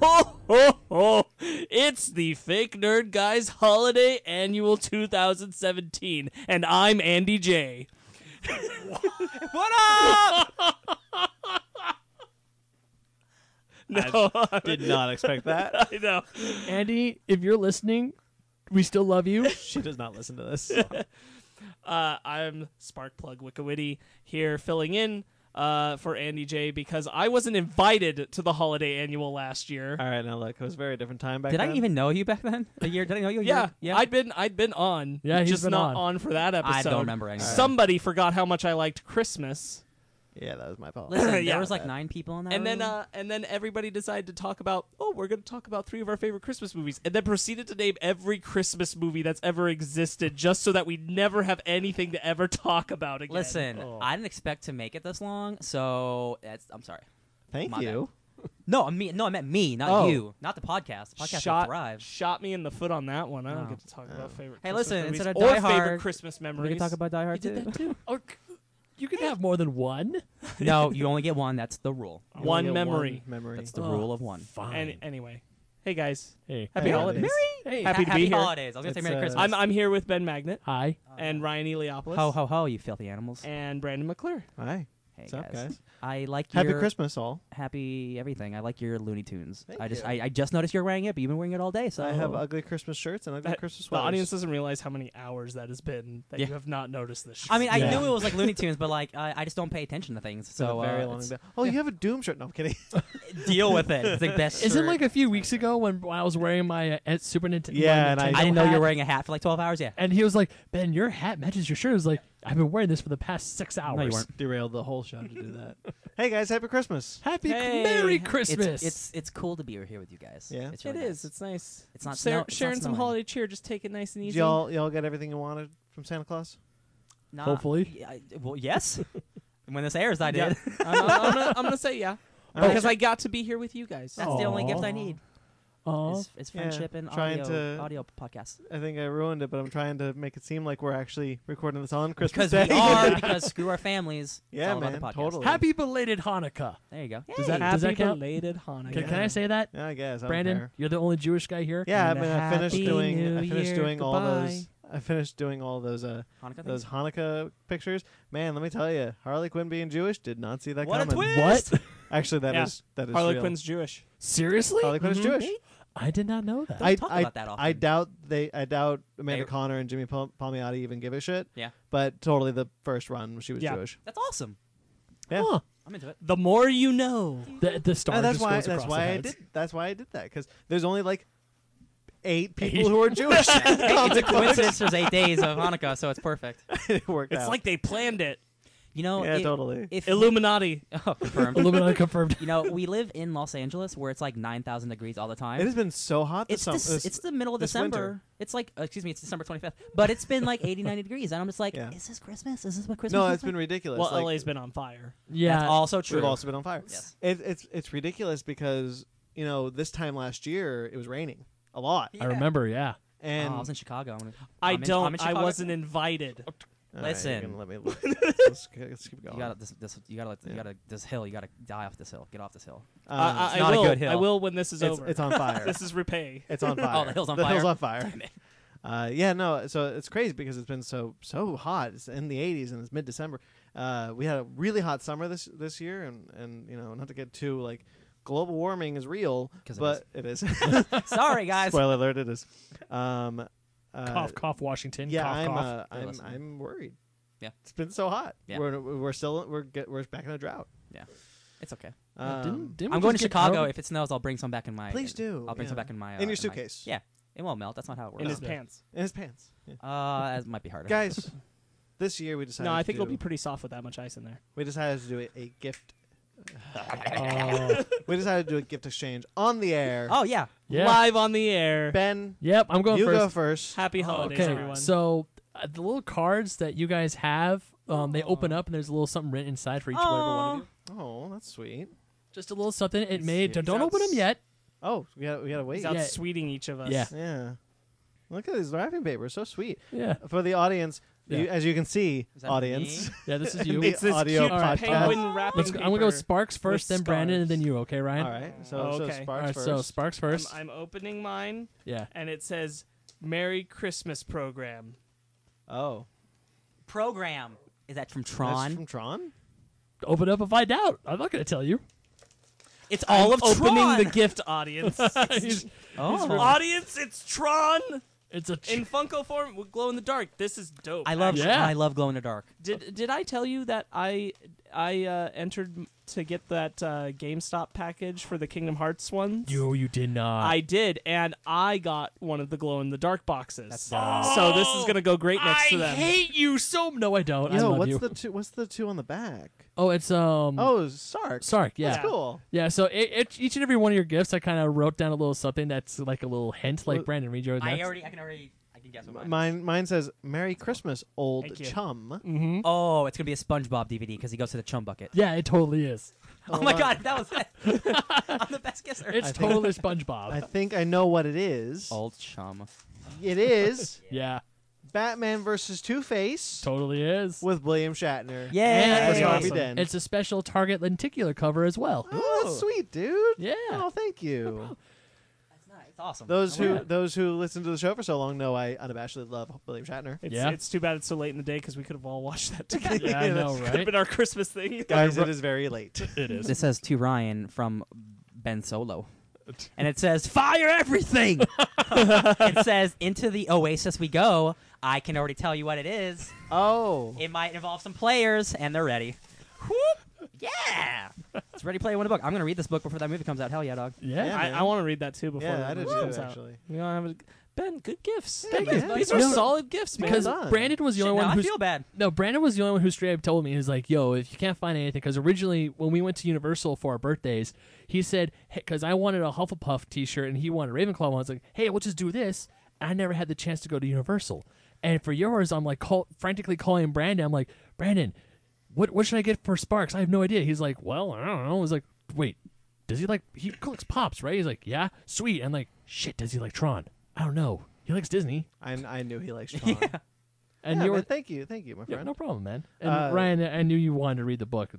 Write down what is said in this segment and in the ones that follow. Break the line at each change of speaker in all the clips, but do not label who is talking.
ho, ho, ho. It's the Fake Nerd Guys Holiday Annual 2017, and I'm Andy J.
What up?
No,
Did not expect that.
I know.
Andy, if you're listening, we still love you.
She does not listen to this.
Uh, I'm Sparkplug Wickawitty here filling in uh, for Andy J because I wasn't invited to the Holiday Annual last year.
All right, now look, it was a very different time back
Did
then.
I even know you back then? A year? Did I know you? a
Yeah,
year? yeah.
I'd been I'd been on.
Yeah, he's
just
been
not
on.
on. for that episode.
I don't remember anymore.
Somebody forgot how much I liked Christmas,
Yeah, that was my fault.
Listen,
Yeah.
there was like nine people in that.
and then
room.
uh, and then everybody decided to talk about oh we're going to talk about three of our favorite Christmas movies, and then proceeded to name every Christmas movie that's ever existed, just so that we never have anything to ever talk about again.
listen, I didn't expect to make it this long, so that's, I'm sorry.
Thank
my
you.
No, I mean, no, I meant me, not
Oh.
you, not the podcast. The podcast will
shot,
thrive.
shot me in the foot on that one. I don't
No.
get to talk about favorite.
Hey,
Christmas
listen,
movies
instead of
or
Die
favorite
Hard,
Christmas memories.
we can talk about Die Hard too.
Or Oh, c- you can have more than one.
no, you only get one. That's the rule.
You only
One
get
memory.
One memory.
That's the
Oh,
rule of one.
Fine.
Any, anyway, hey guys,
hey.
happy
Hey,
holidays.
Hey.
happy to
happy
be here.
holidays. I was gonna
It's,
say Merry
uh,
Christmas.
I'm I'm here with Ben Magnet
Hi.
and Ryan Eliopoulos.
ho ho ho, you filthy animals.
and Brandon McClure.
Hi.
Hey
What's up, guys?
I like
Happy
your
Christmas, all.
happy everything. I like your Looney Tunes.
Thank
I just
you.
I, I just noticed you're wearing it, but you've been wearing it all day. So
I have ugly Christmas shirts and ugly
That-
Christmas
The
sweaters.
audience doesn't realize how many hours that has been that
Yeah.
you have not noticed this.
I mean, I
Yeah.
knew it was like Looney Tunes, but like I, I just don't pay attention to things.
It's been a
So uh,
very long
it's-
day. Oh, you have a Doom shirt. No, I'm kidding.
deal with it. It's the best.
Is it
shirt.
like a few weeks ago when when I was wearing my uh, at Super Ninten- my Nintendo?
Yeah, and I-
I didn't know you
hat,
were wearing a hat for like twelve hours. Yeah.
And he was like, "Ben, your hat matches your shirt." I was like, "I've been wearing this for the past six hours."
No, you weren't.
Derailed the whole show to do that. hey, guys, happy Christmas.
Happy
Hey,
Merry
it's-
Christmas.
It's, it's it's cool to be here with you guys.
Yeah.
it's
it
really
is.
nice.
It's nice.
It's
Shar-
not snow- it's not
sharing some
snowing.
holiday cheer. Just take it nice and
Did
easy.
y'all, y'all got everything you wanted from Santa Claus?
Nah,
Hopefully.
yeah, I- well, yes. when this airs, I did.
Yeah. I'm, I'm, gonna, I'm gonna say yeah
All right.
because I got to be here with you guys.
That's the only gift I
Aw.
need.
Aw.
Is, is friendship and
trying
audio
to-
audio podcast.
I think I ruined it, but I'm trying to make it seem like we're actually recording this on Christmas
Because
Day.
we are. Because screw our families. It's
Yeah,
all about the
man,
podcast.
totally.
Happy belated Hanukkah.
There you go.
Does that-
Happy
does that count?
belated Hanukkah.
Can, can I say that,
yeah, I guess. I don't
Brandon?
care.
You're the only Jewish guy here.
Yeah, I
And
mean,
a
I finished
happy
doing.
new
I finished
year,
doing all those.
goodbye.
I finished doing all those. Uh,
Hanukkah
those
things?
Hanukkah pictures. Man, let me tell you, Harley Quinn being Jewish did not see that
What a
coming.
twist!
What?
Actually, that is
Yeah.
that is
Harley
real.
Quinn's Jewish.
Seriously?
Harley Quinn is
Mm-hmm.
Jewish.
I did not know that.
Don't
I,
talk
I,
about that often.
I doubt they. I doubt Amanda
They-
Connor and Jimmy Pal- Palmiotti even give a shit.
Yeah.
But totally, the first run she was
Yeah.
Jewish.
That's awesome.
Yeah.
Huh.
I'm into it.
The more you know.
The, the star
No, that's
just
why.
goes
That's
across the
why I
heads.
did. That's why I did that because there's only like eight people who are Jewish.
It's a coincidence. There's eight days of Hanukkah, so it's perfect.
it worked
It's
out.
like they planned it.
You know,
yeah,
it-
totally.
if
Illuminati.
oh, confirmed.
Illuminati confirmed.
You know, we live in Los Angeles where it's like 9,000 degrees all the time.
it has been so hot this
it's,
summer.
this, it's the middle of
this
December.
winter.
It's like, uh, excuse me, it's December 25th. But it's been like 80, 90 degrees. And I'm just like,
Yeah.
is this Christmas? Is this what Christmas
no,
is
it's been
like?
ridiculous.
Well,
like,
LA's been on fire.
Yeah.
That's also true.
We've also been on fire.
Yes.
It, it's it's ridiculous because you know this time last year it was raining a lot,
I remember. Yeah.
Oh,
and
I was in Chicago. I'm in-
I
I'm in- I'm
don't.
in
I
Chicago.
wasn't invited.
All right, you
Listen.
can let me. let's, let's keep going. Um,
You gotta, this, this, you gotta, you gotta, this hill, you gotta die off this hill. Get off this hill.
Um,
I, I,
not
I
a
will.
good hill.
I will when this is
it's,
over.
it's on fire.
This is repay.
it's on fire.
the hill's on
the Hill's
fire?
on fire. Uh, yeah, no. So it's crazy because it's been so so hot. It's in the 80s and it's mid December. Uh, we had a really hot summer this this year, and and you know not to get too like global warming is real,
'Cause it
but it is.
Sorry, guys.
Spoiler alert! It is. Um, uh,
cough, cough, Washington.
Yeah,
cough,
I'm,
cough.
Uh,
They're
I'm,
listening.
I'm worried.
Yeah.
it's been so hot.
Yeah.
We're we're still we're get, we're back in a drought.
it's okay.
Yeah,
Um,
didn't- didn't we
I'm
just
going to
get
Chicago.
drunk?
If it snows, I'll bring some back in my.
Please do,
I'll bring some
yeah.
back in my. Uh,
in your
my-
suitcase.
yeah, it won't melt. That's not how it works.
In his
No.
pants.
in his pants. Yeah.
Uh, that might be harder.
Guys, this year we decided.
No, I
to
think it'll
do-
be pretty soft with that much ice in there.
We decided to do a, a gift.
Oh,
we decided to do a gift exchange on the air.
Oh yeah.
Yeah.
live on the air.
Ben,
Yep, I'm going
you
first.
go first.
Happy holidays,
Oh, Okay,
everyone.
so uh, the little cards that you guys have, um, they open up and there's a little something written inside for each whatever one of you.
Oh, that's sweet.
Just a little something it
He's-
made.
he's
Don't, don't open them
outs-
yet.
Oh, we gotta, we gotta wait.
He's
Yeah.
out sweeting each of us.
Yeah.
Yeah. Look at these wrapping paper. So sweet.
Yeah,
For the audience,
Yeah.
you, as you can see,
Is that
audience.
yeah. This is you.
The
It's this
audio
cute
podcast.
penguin wrapping
Let's go, I'm gonna go
paper.
Sparks first, then Brandon, and then
scars.
you. Okay, Ryan.
All right. So, so
Okay.
All
Sparks
right,
first.
so Sparks
I'm-
first.
I'm opening mine,
yeah.
and it says "Merry Christmas Program."
oh,
Program. Is that from
that's
Tron?
from Tron.
Open up and find out. I'm not gonna tell you.
it's all
I'm
of
opening
Tron.
the gift, audience.
He's-
oh.
Audience, it's Tron
It's a. Tr-
in Funko form, with glow in the dark. This is dope.
I love.
Yeah.
I love glow in the dark.
Did did I tell you that I I uh, entered m- to get that uh, GameStop package for the Kingdom Hearts ones?
you you did not.
I did, and I got one of the glow in the dark boxes.
That's
so this
Oh,
is gonna go great next
I
to them.
hate you so. No, I don't. I
Yo,
love
what's
you.
the two? What's the two on the back?
oh, it's um.
Oh, Sark.
Sark. Yeah.
That's cool.
Yeah, so it, it, each and every one of your gifts, I kind of wrote down a little something that's like a little hint, like
Well,
Brandon, read yours next.
I already. I can already. I can guess what mine.
Mine, mine says "Merry Christmas, old
Thank you.
chum."
Mm-hmm.
Oh, it's gonna be a SpongeBob DVD because he goes to the chum bucket.
yeah, it totally is.
Oh, my
wow.
god, that was it. I'm the best guesser.
It's
think-
totally SpongeBob.
I think I know what it is.
old chum.
It is
yeah,
Batman versus Two Face
totally is.
with William Shatner.
Yeah.
That's
And
Hey.
Harvey
awesome.
Dent.
it's a special target lenticular cover as well.
oh, that's sweet, dude.
Yeah.
Oh, thank you.
That's nice. It's awesome.
Those
I
who
love it.
those who listen to the show for so long know I unabashedly love William Shatner.
It's,
Yeah.
it's too bad it's so late in the day because we could have all watched that together.
Yeah, I know,
Could have
right?
been our Christmas thing.
Guys, it is very late.
It is.
This says to Ryan from Ben Solo. And it says, Fire everything! it says, Into the Oasis we go. I can already tell you what it is.
Oh,
It might involve some players, and they're ready. Whoop! Yeah! It's Ready Player One book. I'm going to read this book before that movie comes out. Hell yeah, dog.
Yeah.
Yeah,
I,
man.
I want to read that too before
yeah,
the
I did
movie comes
too
out.
actually.
We don't have a, Ben, good gifts.
Yeah,
Thank you.
man.
These
Yeah.
are solid gifts, man.
Because
Well done.
Brandon was the
Shit,
only
now
one
I
who's
feel bad.
no Brandon was the only one who straight up told me he's like, "Yo, if you can't find anything," because originally when we went to Universal for our birthdays, he said, "Because I wanted a Hufflepuff T-shirt and he wanted a Ravenclaw one." I was like, "Hey, we'll just do this." I never had the chance to go to Universal, and for yours, I'm like call, frantically calling Brandon. I'm like, "Brandon, what what should I get for Sparks?" I have no idea. He's like, "Well, I don't know." I was like, "Wait, does he like he collects pops, right?" He's like, "Yeah, sweet." And like, "Shit, does he like Tron?" I don't know. He likes Disney.
I, I knew he liked Sean.
And
Yeah,
you
man,
were
thank you, thank you, my
yeah,
friend.
no problem, man. And
Uh,
Ryan, I knew you wanted to read the book,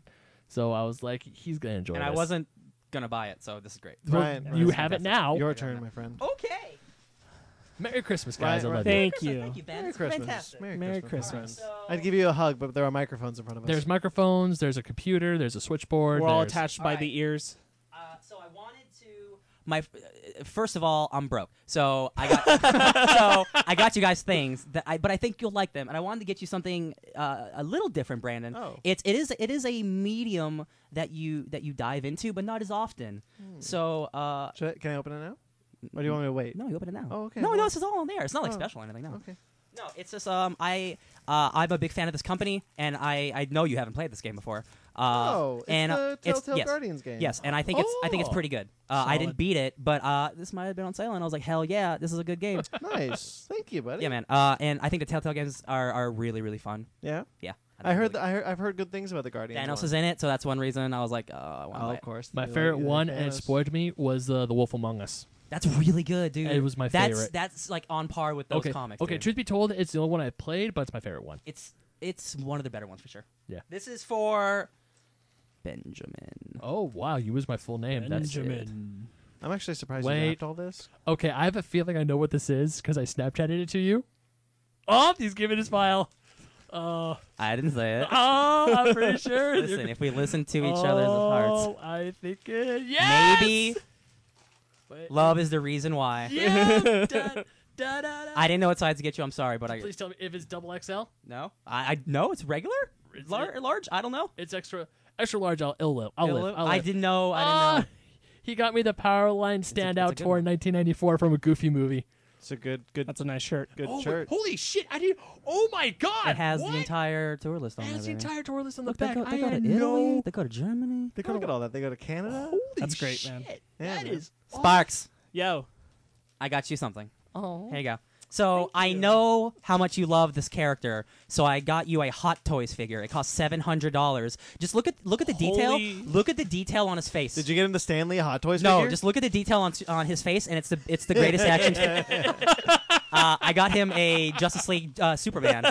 so I was like, he's gonna enjoy.
And I
this.
wasn't going to buy it, so this is great.
Well,
Ryan,
you
Ryan,
have it
fantastic.
now.
Your turn, my friend.
Okay.
Merry Christmas, guys.
Ryan,
I
Ryan.
love you.
Thank you.
Thank you, Ben.
Merry
It's
Christmas.
Fantastic.
Merry,
Merry
Christmas. my
Christmas.
friend. I'd give you a hug, but there are microphones in front of us.
There's microphones. There's a computer. There's a switchboard.
We're all
there's-
attached
All
by
right.
the ears.
Uh, so I wanted to. My uh, first of all, I'm broke, so I got so I got you guys things that I, but I think you'll like them, and I wanted to get you something uh, a little different, Brandon.
Oh.
It's it is it is a medium that you that you dive into, but not as often.
Hmm.
So uh,
Should I- can I open it now? Or do you want me to wait?
no, you open it now.
Oh, okay.
No,
Well-
no, this is all on there. It's not like
Oh.
special or anything. No.
Okay.
No, it's just um I uh, I'm a big fan of this company, and I I know you haven't played this game before. Uh,
oh, it's
and, uh,
the
it's-
Telltale
yes.
Guardians game.
Yes, and I think it's I think it's
Oh.
pretty good. Uh, I didn't
Solid.
beat it, but uh, this might have been on sale, and I was like, hell yeah, this is a good game.
Nice. Thank you, buddy.
yeah, man. Uh, and I think the Telltale games are, are really really fun.
Yeah.
Yeah,
I heard.
that.
th- I heard. I've heard good things about the Guardians.
Thanos
one.
is in it, so that's one reason I was like, uh, I want to.
Oh,
buy
of
it.
course.
My
You like-
favorite
you like
one, and it
Thanos.
spoiled me, was uh, the Wolf Among Us.
That's really good, dude.
It was my
that's,
favorite.
That's like on par with those
okay.
comics.
okay.
dude.
Truth be told, it's the only one I played, but it's my favorite one.
it's it's one of the better ones for sure.
Yeah.
This is for Benjamin.
Oh wow, you was my full name. That's it.
Benjamin.
I'm actually surprised you
Wait.
wrapped all this.
Okay, I have a feeling I know what this is because I Snapchatted it to you. Oh, he's giving his file. Uh,
I didn't say it.
oh, I'm pretty sure. You're-
Listen, if we listen to each other's hearts,
Oh, I think it. Yes!
maybe
Wait.
love is the reason why.
Yeah. da, da, da, da.
I didn't know what size to get you. I'm sorry, but I
Please tell me if it's double XL.
no. I, I no, it's regular,
It's
Lar- large. I don't know.
It's extra, extra large. I'll, I'll live. I'll live. I'll
I
live.
didn't know. I
Ah!
didn't know.
He got me the Powerline
a- it's a
standout
good
tour in
one.
1994 from a Goofy movie.
It's a good, good,
That's a nice shirt.
good
oh,
church.
holy shit! I did. Oh my god!
It has
what?
the entire tour list on
It
there.
has the
baby.
entire tour list on the
Look, they
back.
go,
I
they go to
had
Italy.
no.
They go to Germany.
They go look at all that. They go to Canada.
Holy
That's great, man.
shit.
Yeah,
That
man.
is
Sparks.
Yo,
I got you something.
Oh.
Here you go. So I know how much you love this character, so I got you a Hot Toys figure. It cost seven hundred dollars. Just look at look at the
Holy-
detail. Look at the detail on his face.
Did you get him the Stanley Hot Toys?
No,
figure?
just look at the detail on on his face, and it's the it's the greatest action. uh, I got him a Justice League uh, Superman,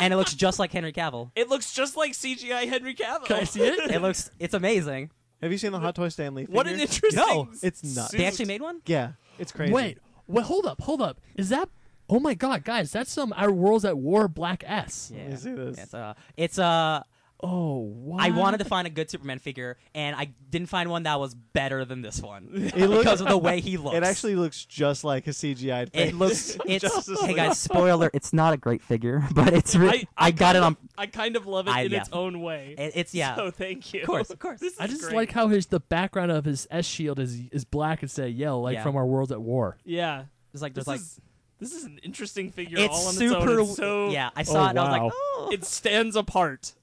and it looks just like Henry Cavill.
It looks just like CGI Henry Cavill.
Can I see it?
It looks it's amazing.
Have you seen the Hot Toy Stanley? Figure?
What an interesting.
No,
it's nuts.
suit.
They actually made one.
Yeah, it's crazy.
Wait, wait, hold up, hold up. Is that? Oh my God, guys, that's some Our World's at War Black S.
Yeah,
me see this.
it's uh, it's uh,
Oh, wow.
I wanted to find a good Superman figure, and I didn't find one that was better than this one
It looks-
because of the way he looks.
It actually looks just like his CGI.
It looks. It's
Justice
hey
League.
guys, spoiler. It's not a great figure, but it's. Really, I, got
kind
it
of-
on.
I kind of love it
I-
in
yeah.
its own way.
It, it's yeah.
So thank you. Of
course, of course.
This is
I just
great.
like how his the background of his S shield is is black instead of yellow, like
Yeah.
from Our World at War.
Yeah.
it's like
This
there's like.
is this is an interesting figure
It's
all on its
super.
own. It's so
yeah, I saw
Oh,
it. and I was
wow.
like, oh,
It stands apart.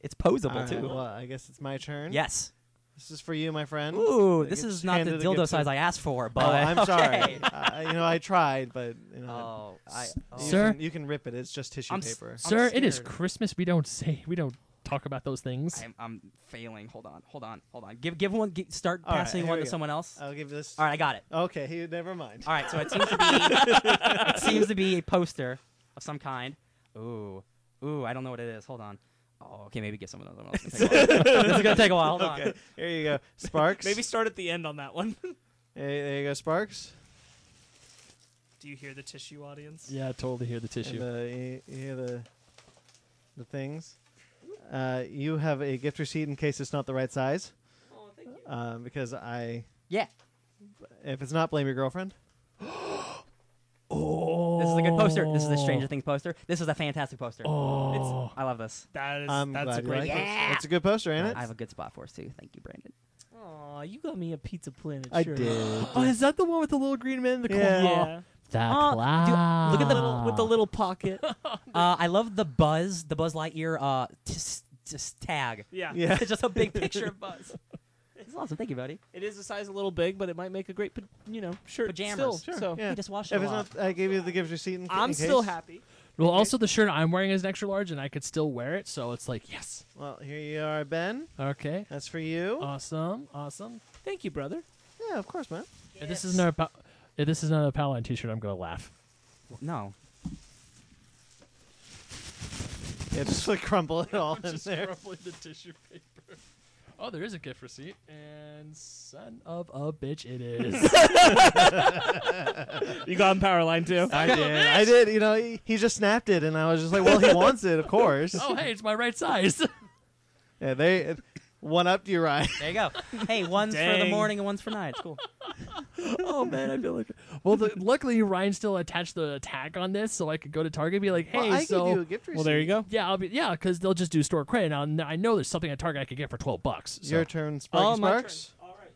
it's posable
All right,
too.
well, I guess it's my turn.
Yes.
This is for you, my friend.
Ooh,
It
this
gets
is not the
handed- it
dildo
gets-
size I asked for,
Oh,
but
I'm sorry.
Okay.
I, you know, I tried, but you know,
Oh, I, oh.
you
Sir?
can, you can rip it. It's just tissue
I'm s-
paper.
I'm
Sir, it is
scared.
Christmas. We don't say we don't talk about those things.
I'm, I'm failing. Hold on, hold on, hold on. Give, give one. gi- start
All right,
passing
here
one
we
to
go. Uh,
someone else.
I'll give this.
All right, I got it.
Okay, he, never mind.
All right, so it seems to be it seems to be a poster of some kind. Ooh, ooh, I don't know what it is. Hold on. Oh, okay, maybe give someone else. Someone else. It's gonna take a while. this is gonna take a while. Hold on.
Okay, here you go. Sparks.
Maybe start at the end on that one.
Hey, there you go, Sparks.
Do you hear the tissue audience?
yeah, I totally hear the
And uh,
tissue.
the, you, you hear the, the things. Uh, you have a gift receipt in case it's not the right size,
Oh, thank you.
um, because I,
Yeah,
if it's not, blame your girlfriend.
oh,
this is a good poster. This is the
Oh.
Stranger Things poster. This is a fantastic poster.
Oh,
I love this.
That is,
I'm
that's
glad
a
you
great
like it.
poster.
Yeah.
It's a good poster, ain't it?
I have a good spot for us too. Thank you, Brandon.
Aw, you got me a Pizza Planet
I
shirt.
did.
oh, is that the one with the little green man? in The
Yeah.
cloud?
Yeah.
The
Oh,
cloud.
dude, look at the
Little- with the little pocket.
Uh, I love the Buzz, the Buzz Lightyear uh, t- s- t- s- tag.
yeah.
Yeah.
It's just a big picture of Buzz. It's awesome. Thank you, buddy.
It is a size a little big, but it might make a great, pa- you know, shirt
Pajamas.
still.
Sure,
So
yeah.
He just washed it
If
a
it's
lot.
not, I gave you the gift receipt. In,
I'm
in
still
case.
happy.
Well, also the shirt I'm wearing is an extra large, and I could still wear it, so it's like yes.
Well, here you are, Ben.
Okay.
That's for you.
Uh, Awesome. Awesome.
Thank you, brother.
yeah, of course, man.
If this is another. Pa- if this is another Paladin T-shirt, I'm gonna laugh.
No.
Yeah, just like crumple it all in
Just
there.
crumbling the tissue paper. Oh, there is a gift receipt, and son of a bitch, it is.
You got him power line too.
I did. I did. You know, he, he just snapped it, and I was just like, "Well, he wants it, of course."
oh, hey, it's my right size.
Yeah, they one up you, right?
There you go. Hey, one's for
Dang.
the morning and one's for night. It's cool.
oh man, I feel like. Well, the, luckily Ryan still attached the tag on this, so I could go to Target and be like, "Hey,
well, I
so
gave you a gift receipt.
Well, there you go.
yeah, I'll be yeah," because they'll just do store credit. Now now I know there's something at Target I could get for twelve bucks. So.
Your turn, Sparky
Oh, my
Sparks.
turn. All right.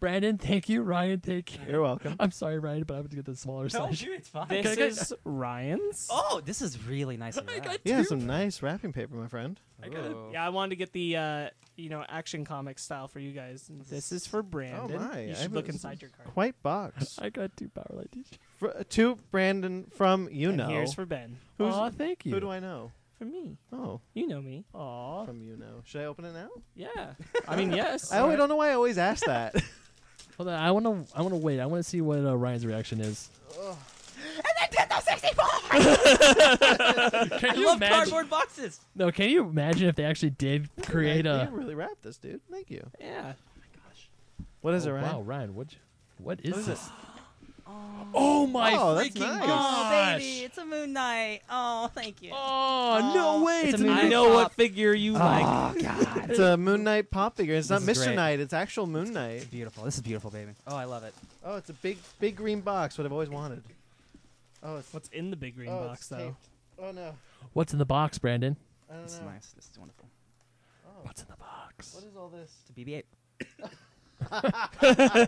Brandon, thank you. Ryan, thank you.
You're welcome.
I'm sorry, Ryan, but I'm gonna get the smaller size.
it's fine.
This
Okay, okay.
is Ryan's.
oh, this is really nice. of you.
I got
You have
two.
some nice wrapping paper, my friend.
I got it.
Ooh.
Yeah, I wanted to get the uh, you know action comic style for you guys. This is for Brandon.
my,
You
I
should
have
look
a-
inside your card.
White box
I got two Powerlight T-shirts.
Fr to Brandon from you
And
know.
here's for Ben.
Who's-
Aw, thank you.
who do I know?
For me.
Oh,
You know me.
Aw.
from you know. Should I open it now?
Yeah. I mean, yes.
I always don't know why I always ask that.
Hold on, I want to. I want to wait. I want to see what uh, Ryan's reaction is.
I
can you
love
imagine?
cardboard boxes.
No, can you imagine if they actually did create
I,
a?
you really wrapped this, dude. Thank you.
Yeah.
What is
Oh,
it, Ryan?
Wow, Ryan, what? What is
is
this? Oh my
Oh, that's
freaking
nice.
Oh,
gosh!
baby, it's a moon night. Oh, thank you.
Oh, no
Oh,
way!
it's
It's
a
an-
I
Moon
know
Knight
what
Pop.
figure you like.
God.
It's a Moon Knight pop figure. It's not
This is
Mr.
great.
Knight. It's actual Moon Knight.
Beautiful. This is beautiful, baby. Oh, I love it.
Oh, it's a big, big green box. What I've always wanted. Oh, it's
What's in the big green
oh,
box
it's
though?
taped. Oh no,
What's in the box, Brandon?
I don't
This is
know.
nice. This is wonderful.
Oh,
What's in the box?
what is all this?
It's a BB-8.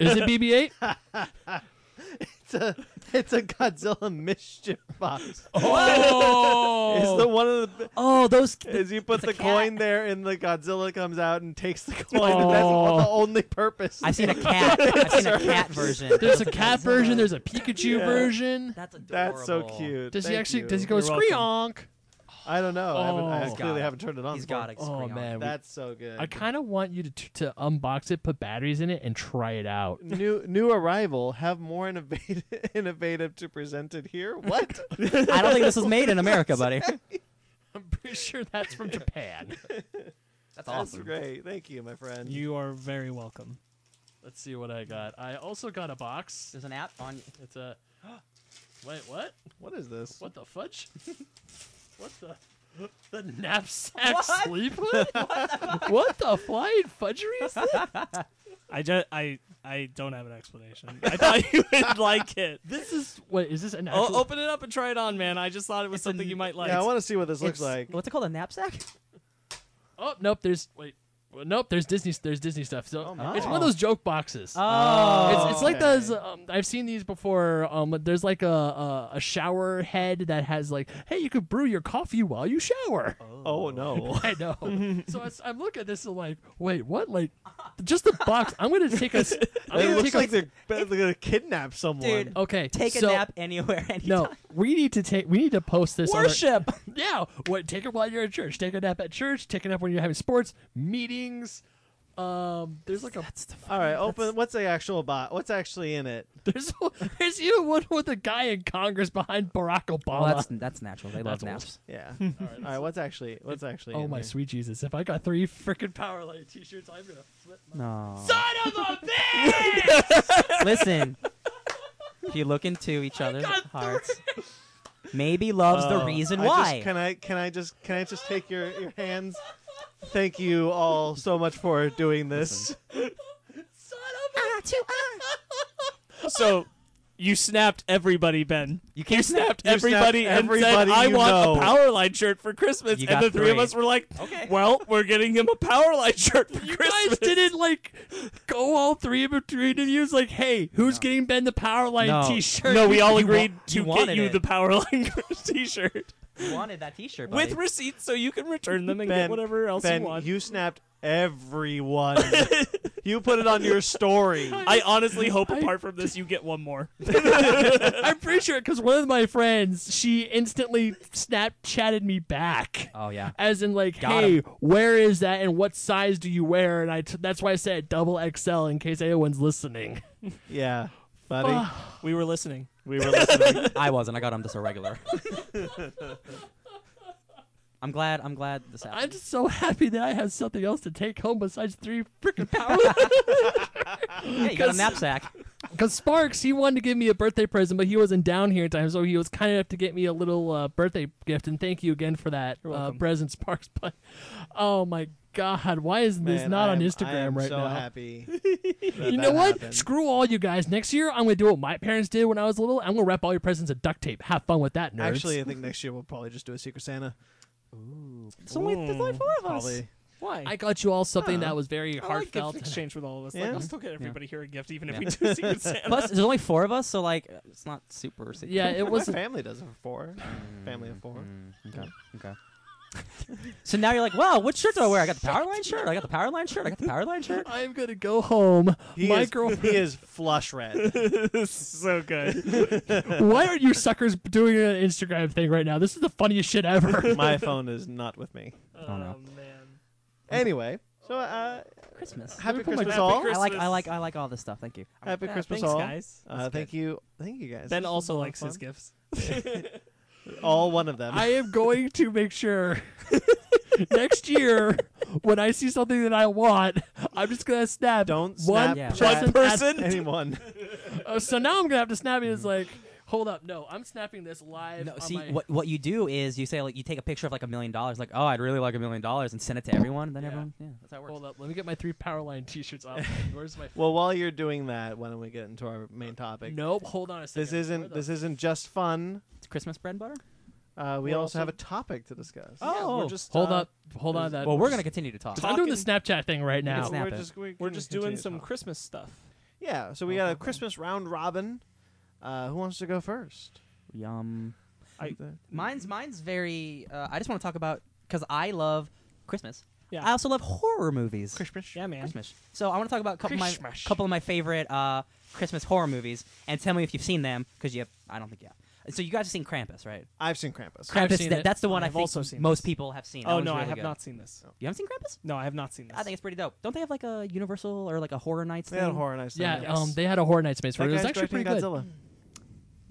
is it BB-8?
It's a it's a Godzilla mischief box.
Oh,
It's the one of the
oh, those.
is you put
It's a
the
cat.
coin there and the Godzilla comes out and takes the coin.
Oh.
And that's all- the only purpose.
I've seen a cat. I've seen a cat version.
There's a
of the
cat
Godzilla.
version. There's a Pikachu
Yeah.
version.
That's adorable.
That's so cute.
Does he
Thank
actually?
you.
Does he go
You're welcome.
screonk?
I don't know. I, haven't, I
Oh.
clearly
God.
haven't turned it on.
He's
before.
got it.
Oh man, we-
That's so good.
I kind of want you to t- to unbox it, put batteries in it, and try it out.
new new arrival have more innovative innovative to present it here. What?
I don't think this was made in America, buddy.
I'm pretty sure that's from Japan.
That's
That's
awesome.
great. Thank you, my friend.
You are very welcome.
Let's see what I got. I also got a box.
There's an app on.
It's a. Wait, what?
what is this?
What the fudge? what the? The knapsack
What?
sleep hood? what, the flying fudgery is this?
I just I I don't have an explanation. I thought you would like it.
This is what is this an
Oh,
actual?
open it up and try it on, man. I just thought it was
It's a
something
n-
you might like.
yeah, I want to see what this looks
It's-
like.
What's it called? A knapsack?
Oh, nope. There's wait. Well, nope. There's Disney. There's Disney stuff. So
Oh, my.
it's one of those joke boxes.
Oh,
It's, it's like
okay.
those. Um, I've seen these before. Um, there's like a, a a shower head that has like, hey, you could brew your coffee while you shower.
Oh no.
I know. so I, am looking at this and like, wait, what? Like, just the box. I'm gonna take a. s- I'm
It
gonna
looks
take
like
a,
they're, they're gonna kidnap someone.
Dude.
okay.
Take a
so-
nap anywhere, anytime.
No, we need to take. We need to post this. on our-
Worship.
yeah. What? Take it while you're at church. Take a nap at church. Take a nap when you're having sports meetings. Um, there's like a
That's the
All right, open. What's the actual bot? What's actually in it?
there's there's even one with a guy in Congress behind Barack Obama.
Well, that's that's natural. They love naps.
That's
Yeah. All right. What's actually? What's actually?
Oh
in
my
there?
sweet Jesus! If I got three freaking Powerlight T-shirts, I'm gonna flip my.
No.
Son of a bitch!
Listen, if you look into each other's
got
hearts, maybe love's the
Uh,
reason
I
why.
Just, can I? Can I just? Can I just take your your hands? Thank you all so much for doing this.
Son of a.
so you snapped everybody, Ben.
you can't snap.
Snapped everybody,
snapped
and
everybody
said, "I
you
want
know."
a Powerline shirt for Christmas."
You
and
got
the three, of
three.
us were like,
Okay.
well, we're getting him a Powerline shirt for
You
Christmas."
guys didn't like go all three of between of you. It's like, hey, who's getting Ben the Powerline
No.
T-shirt?
no, we all
You wa-
agreed
you
to
wanted
get you
it.
the Powerline T-shirt
You wanted that T-shirt buddy.
with receipts, so you can return them and
Ben,
get whatever else
ben,
you want.
snapped everyone. you put it on your story.
I honestly hope,
I-
apart from this, you get one more.
I'm pretty sure because one of my friends, she instantly Snapchatted me back.
Oh yeah.
As in, like,
Got
hey, where is that, and what size do you wear? And I, t- that's why I said double XL in case anyone's listening.
Yeah, buddy.
We were listening.
we were listening.
I wasn't. I got him just a regular. I'm glad. I'm glad this happened.
I'm just so happy that I have something else to take home besides three freaking power.
Hey, you got a
Because-
knapsack.
Because Sparks, he wanted to give me a birthday present, but he wasn't down here in time, so he was kind enough to get me a little uh, birthday gift. And thank you again for that uh,
welcome.
present, Sparks. But oh my God, why is this
Man,
not
I
on
am-
Instagram
I am
right
so
now?
happy.
You know what? Screw all you guys. Next year, I'm gonna do what my parents did when I was little. I'm gonna wrap all your presents in duct tape. Have fun with that, nerds.
Actually, I think next year we'll probably just do a Secret Santa.
There's only, there's only four of us.
Probably.
Why?
I got you all something that was very
I like
heartfelt.
gift exchange with all of us.
Yeah.
Like, I'll still get everybody here a gift, even if we do Secret Santa.
Plus, there's only four of us, so like, it's not super. Secret.
yeah, it
My
was.
family does it for four.
Mm.
family of four.
Okay. Okay. so now you're like, wow, what shirt do I wear? I got the Powerline shirt. I got the Powerline shirt. I got the Powerline shirt.
I'm gonna go home.
He
my
is,
girlfriend.
he is flush red.
so good.
Why aren't you suckers doing an Instagram thing right now? This is the funniest shit ever.
My phone is not with me.
Oh,
no.
man.
Anyway, so uh,
Christmas.
happy
put my
Christmas
happy
all.
Christmas-
I like. I like. I like all this stuff. Thank you.
Happy
Yeah,
Christmas
thanks,
all.
guys.
Uh, thank you, thank you guys.
Ben
This was a
also
lot of
likes his
fun.
gifts.
All one of them.
I am going to make sure next year when I see something that I want, I'm just gonna snap.
Don't
one
snap
Yeah.
present
One person.
anyone.
at- oh, so now I'm gonna have to snap it. It's like, hold up, no, I'm snapping this live.
No,
on
see
my-
what what you do is you say like you take a picture of like a million dollars, like oh I'd really like a million dollars, and send it to everyone. And then
Yeah.
everyone, yeah, that's how it works.
Hold up, let me get my three Powerline T-shirts off. Where's my?
Well, while you're doing that, why don't we get into our main topic?
Nope, hold on a second.
this isn't this isn't just fun.
It's Christmas bread and butter.
Uh, we
We're
also have a
also-
topic to discuss.
Oh.
we're just,
Hold
uh,
up, hold on. That
Well, we're gonna continue to talk.
Talk-
I'm doing the Snapchat thing right
can
now.
snap
we're
it.
just we
We're
can
just
continue
doing
to
some
talk.
Christmas stuff.
Yeah, so we got a
Okay.
Christmas round robin. Uh, who wants to go first?
Yum.
I-
There.
Mine's mine's very. Uh, I just want to talk about because I love Christmas.
Yeah.
I also love horror movies.
Christmas.
Yeah, man.
Christmas. So I want to talk about a couple of my
Christmas.
couple of my favorite uh, Christmas horror movies, and tell me if you've seen them because you. I don't think you have. So you guys have seen Krampus, right?
I've seen Krampus.
I've
Krampus.
seen
that-
it.
that's the one
I
I,
have
think
also seen
most
this.
people have seen. That
Oh
one's
no, I
really
have
good.
not seen this.
You haven't seen Krampus?
No, I have not seen this.
I think it's pretty dope. Don't they have like a Universal or like a Horror Nights
They
thing?
had horror nights.
Yeah,
Yes.
um, they had a Horror Nights Maze
that
for it. It was
guy's
actually pretty
directing
good.
Godzilla.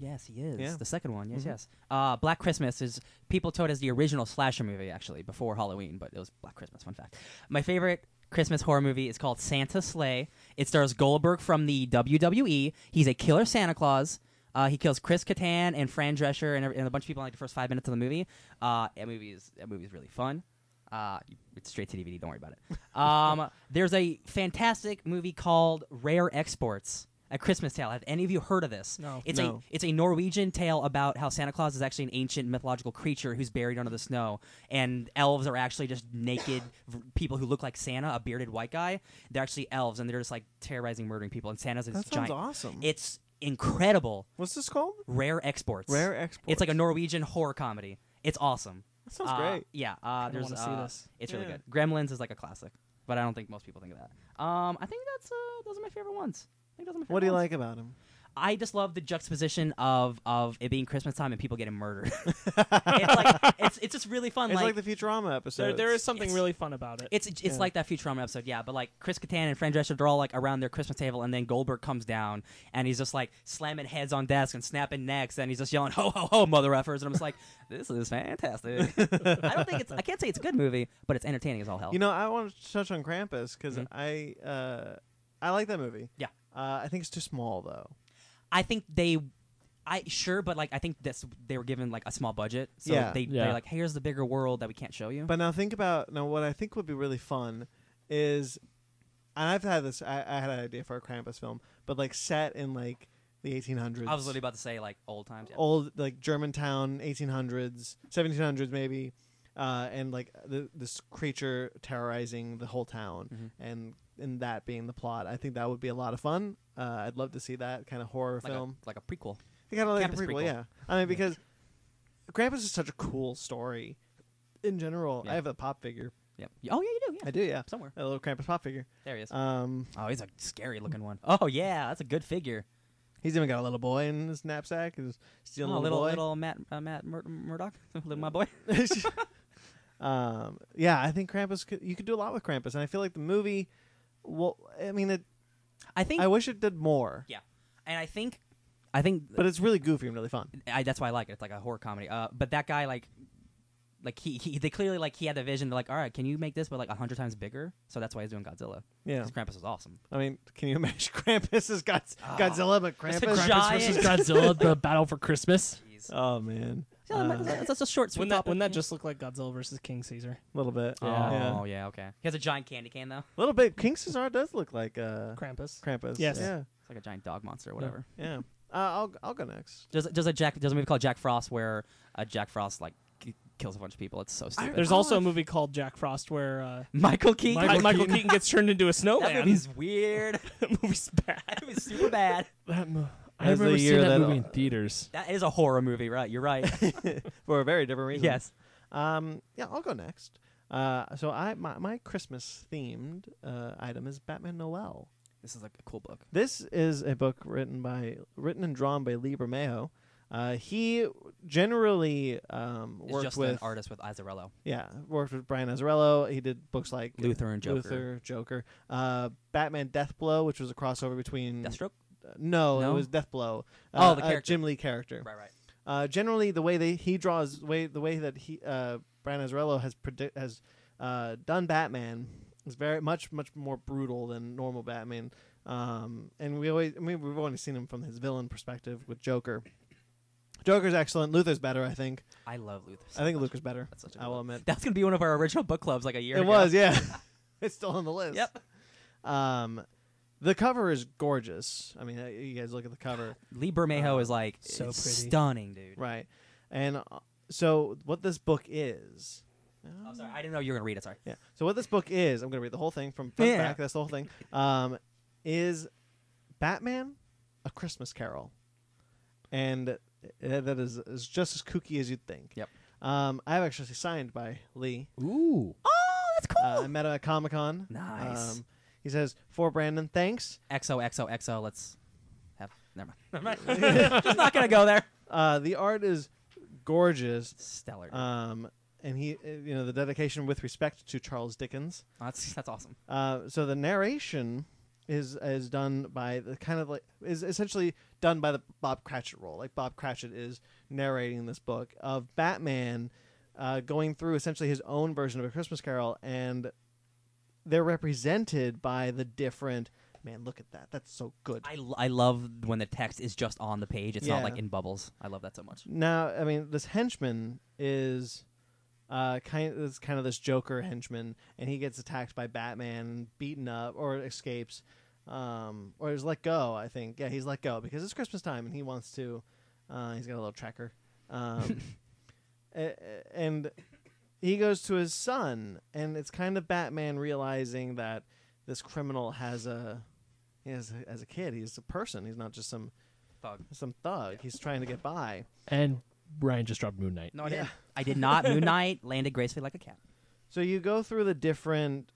Yes, he is.
Yeah.
The second one. Yes,
Mhm.
yes. Uh, Black Christmas is people told as the original slasher movie actually before Halloween, but it was Black Christmas. Fun fact. My favorite Christmas horror movie is called Santa Slay. It stars Goldberg from the WWE. He's a killer Santa Claus. Uh, he kills Chris Kattan and Fran Drescher and, every- and a bunch of people in like the first five minutes of the movie. Uh, that movie is that movie is really fun. Uh, it's straight to DVD. Don't worry about it. Um, there's a fantastic movie called Rare Exports, A Christmas Tale. Have any of you heard of this?
No.
It's
No.
a it's a Norwegian tale about how Santa Claus is actually an ancient mythological creature who's buried under the snow, and elves are actually just naked v- people who look like Santa, a bearded white guy. They're actually elves, and they're just like terrorizing, murdering people. And Santa's this
That sounds
giant.
awesome.
It's incredible.
What's this called?
Rare exports.
Rare export.
It's like a Norwegian horror comedy. It's awesome.
That sounds
Uh,
great.
Yeah. Uh,
Kinda
there's.
wanna see
uh,
this.
It's really
Yeah.
good. Gremlins is like a classic, but I don't think most people think of that. Um, I think that's uh, those are my favorite ones. I think those are my favorite
What do you
ones.
like about him?
I just love the juxtaposition of of it being Christmas time and people getting murdered. it's like it's it's just really fun.
It's
like,
like, the Futurama episode.
There, there is something
it's-
really fun about it.
it's it's
yeah.
like that Futurama episode, yeah. But like Chris Kattan and Fran Drescher, they're all like around their Christmas table, and then Goldberg comes down and he's just like slamming heads on desks and snapping necks, and he's just yelling ho ho ho mother effers, and I'm just like, this is fantastic. I don't think it's I can't say it's a good movie, but it's entertaining as all hell.
You know, I want to touch on Krampus because
Mhm.
I uh, I like that movie.
Yeah.
Uh, I think it's too small though.
I think they. I sure, but like I think that's they were given like a small budget, so
Yeah.
they
Yeah.
they're like, here's the bigger world that we can't show you.
But now think about now what I think would be really fun is, and I've had this. I, I had an idea for a Krampus film, but like set in like the 1800s.
I was literally about to say like old times. Yeah.
old like Germantown, 1800s, 1700s maybe, uh, and like the, this creature terrorizing the whole town,
Mhm.
and and that being the plot. I think that would be a lot of fun. Uh, I'd love to see that kind of horror
like
film.
A, like a prequel.
They got like a
Krampus
prequel,
prequel.
yeah. I mean, because Krampus is such a cool story in general.
Yeah.
I have a pop figure.
Yep. Y- Oh yeah, you do. Yeah.
I do, yeah.
Somewhere.
A little Krampus pop figure.
There he is.
Um,
oh, he's a scary looking one. Oh yeah, that's a good figure.
he's even got a little boy in his knapsack. He's
Oh,
stealing a
little
boy.
little Matt uh, Matt Mur- Murdock, little my boy.
um, yeah, I think Krampus. Could, you could do a lot with Krampus, and I feel like the movie. Well, I mean, it,
I think.
I wish it did more,
yeah, and I think, I think,
but it's really goofy and really fun.
I, that's why I like it. It's like a horror comedy. Uh, but that guy like. Like he, he, they clearly like he had the vision. They're like, all right, can you make this but like a hundred times bigger? So that's why he's doing Godzilla.
Yeah,
Because Krampus is awesome.
I mean, can you imagine Krampus is God, Godzilla, but
It's Ah, a
Krampus?
giant-
Krampus versus Godzilla: The Battle for Christmas.
Jeez.
Oh man,
Yeah, that might-
Uh,
that's, that's a short. sweet
wouldn't that
topic.
wouldn't that just look like Godzilla versus King Caesar?
a little bit.
Oh
Yeah.
Yeah.
yeah. okay. He has a giant candy cane though.
A little bit. King Cesar does look like uh,
Krampus.
Krampus.
Yes.
Yeah.
It's like a giant dog monster or whatever.
Yeah. Uh, I'll I'll go next.
There's there's a Jack there's a movie called Jack Frost where uh, Jack Frost like k- kills a bunch of people. It's so stupid.
There's
Oh,
also a
I've-
movie called Jack Frost where uh,
Michael Keaton.
Mi- Michael,
Keaton.
Keaton. Oh, gets turned into a
that
snowman.
movie's weird.
that movie's bad.
that movie's super bad.
That movie. I
That's the
remember
year
seeing that,
that-
movie in theaters.
That is a horror movie, right? You're right.
For a very different reason.
yes.
Um, yeah, I'll go next. Uh, so I my, my Christmas themed uh, item is Batman Noel.
This is like a cool book.
This is a book written by written and drawn by Lee Bermejo. Uh, he generally um,
It's
worked
just
with
an artist with Azarello.
yeah worked with Brian Azzarello. He did books like
Luther and Joker.
Luther, Joker, uh, Batman Deathblow, which was a crossover between
Deathstroke?
uh, no,
No?
it was Deathblow.
Oh,
Uh,
the
a
character.
Jim Lee character.
Right, right.
Uh, generally, the way they he draws, way the way that he uh, Brian Azzarello has predict has uh, done Batman is very much much more brutal than normal Batman. Um, and we always I mean, we've only seen him from his villain perspective with Joker. Joker's excellent. Luther's better, I think.
I love Luther. so
I think
much.
Luther's better.
That's such a
I
good
will
one.
admit.
That's gonna be one of our original book clubs like a year
It
ago.
was, yeah. it's still on the list.
Yep.
Um, the cover is gorgeous. I mean, uh, you guys look at the cover.
Lee Bermejo
Uh,
is like
so pretty.
stunning, dude.
Right. And uh, so what this book is.
I'm sorry, I didn't know you were gonna read it. Sorry.
Yeah. So what this book is, I'm going to read the whole thing from front to
Yeah.
back. That's the whole thing. Um, is Batman a Christmas Carol? and uh, that is, is just as kooky as you'd think.
Yep.
Um, I've actually signed by Lee.
Ooh.
Oh, that's cool.
Uh, I met him at Comic Con.
Nice.
Um, he says, "For Brandon, thanks."
XO XO XO. Let's have. Never mind. Just not gonna go there.
Uh, the art is gorgeous.
Stellar.
Um, and he, uh, you know, the dedication with respect to Charles Dickens.
Oh, that's that's awesome.
Uh, so the narration is is done by the kind of like is essentially done by the Bob Cratchit role. Like Bob Cratchit is narrating this book of Batman uh, going through essentially his own version of a Christmas Carol, and they're represented by the different. Man, look at that! That's so good.
I, l- I love when the text is just on the page. It's
Yeah.
not like in bubbles. I love that so much.
Now, I mean, this henchman is uh, kind is kind of this Joker henchman, and he gets attacked by Batman, beaten up, or escapes, um, or is let go. I think, yeah, he's let go because it's Christmas time, and he wants to. Uh, he's got a little tracker, um, a- a- and he goes to his son, and it's kind of Batman realizing that this criminal has a, he has a- as a kid, he's a person. He's not just some
Thug.
some thug. He's trying to get by.
And Ryan just dropped Moon Knight.
No, I
Yeah.
didn't. I did not. Moon Knight landed gracefully like a cat.
So you go through the different.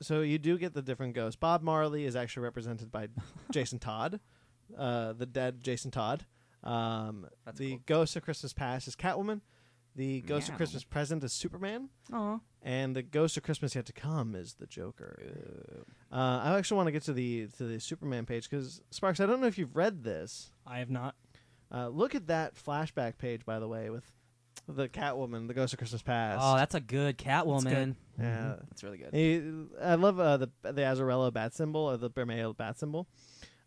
So you do get the different ghosts. Bob Marley is actually represented by Jason Todd, uh, the dead Jason Todd. Um,
That's
the
cool.
ghost of Christmas Past is Catwoman. The ghost
Meow.
of Christmas Present is Superman,
Aw.
and the ghost of Christmas Yet to Come is the Joker. Uh, I actually want to get to the to the Superman page because Sparks, I don't know if you've read this.
I have not.
Uh, look at that flashback page, by the way, with the Catwoman, the ghost of Christmas Past.
Oh, Mm-hmm. that's a good Catwoman. That's,
good.
yeah.
really good.
He- I love uh, the the Azarello bat symbol or the Bermeo bat symbol.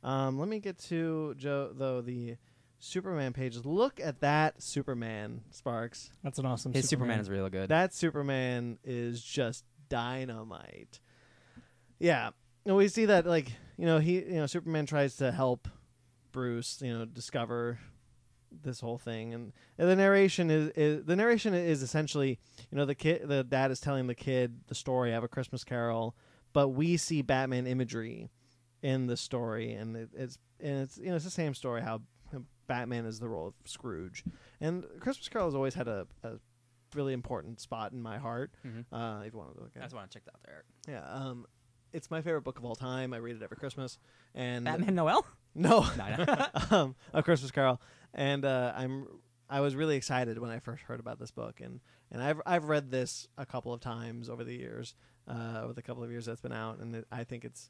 Um, let me get to Joe though the Superman pages. Look at that Superman Sparks.
That's an awesome.
His Superman, is really good.
That Superman is just dynamite. Yeah, and we see that like you know he you know Superman tries to help Bruce you know discover this whole thing and and the narration is, is the narration is essentially you know the kid the dad is telling the kid the story of a Christmas Carol but we see Batman imagery in the story and it, it's and it's you know it's the same story how Batman is the role of Scrooge and Christmas Carol has always had a, a really important spot in my heart
Mhm.
uh, if you want to look at it.
why I checked out there.
Yeah, um, it's my favorite book of all time. I read it every Christmas. And
Batman Noel.
No,
No, no.
um, A Christmas Carol. And uh, I'm I was really excited when I first heard about this book, and and I've I've read this a couple of times over the years, uh, over the couple of years that's been out, and it, I think it's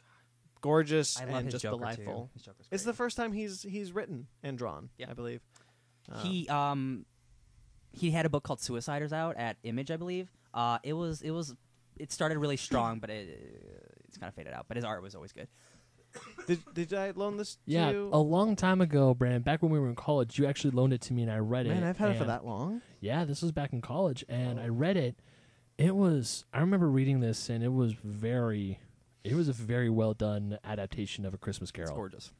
gorgeous
I love
and
his
just
Joker
delightful.
too. His Joker's
It's the
great.
first time he's he's written and drawn,
Yeah.
I believe. Um,
he um he had a book called Suiciders out at Image, I believe. Uh, it was it was it started really strong, but it it's kind of faded out. But his art was always good.
did did I loan this to
Yeah,
you?
a long time ago, Brand, back when we were in college, you actually loaned it to me and I read it.
Man, I've had it for
and-
that Oh. long.
Yeah, this was back in college and I read it. It was I remember reading this and it was very it was a very well done adaptation of a Christmas
It's
Carol.
gorgeous.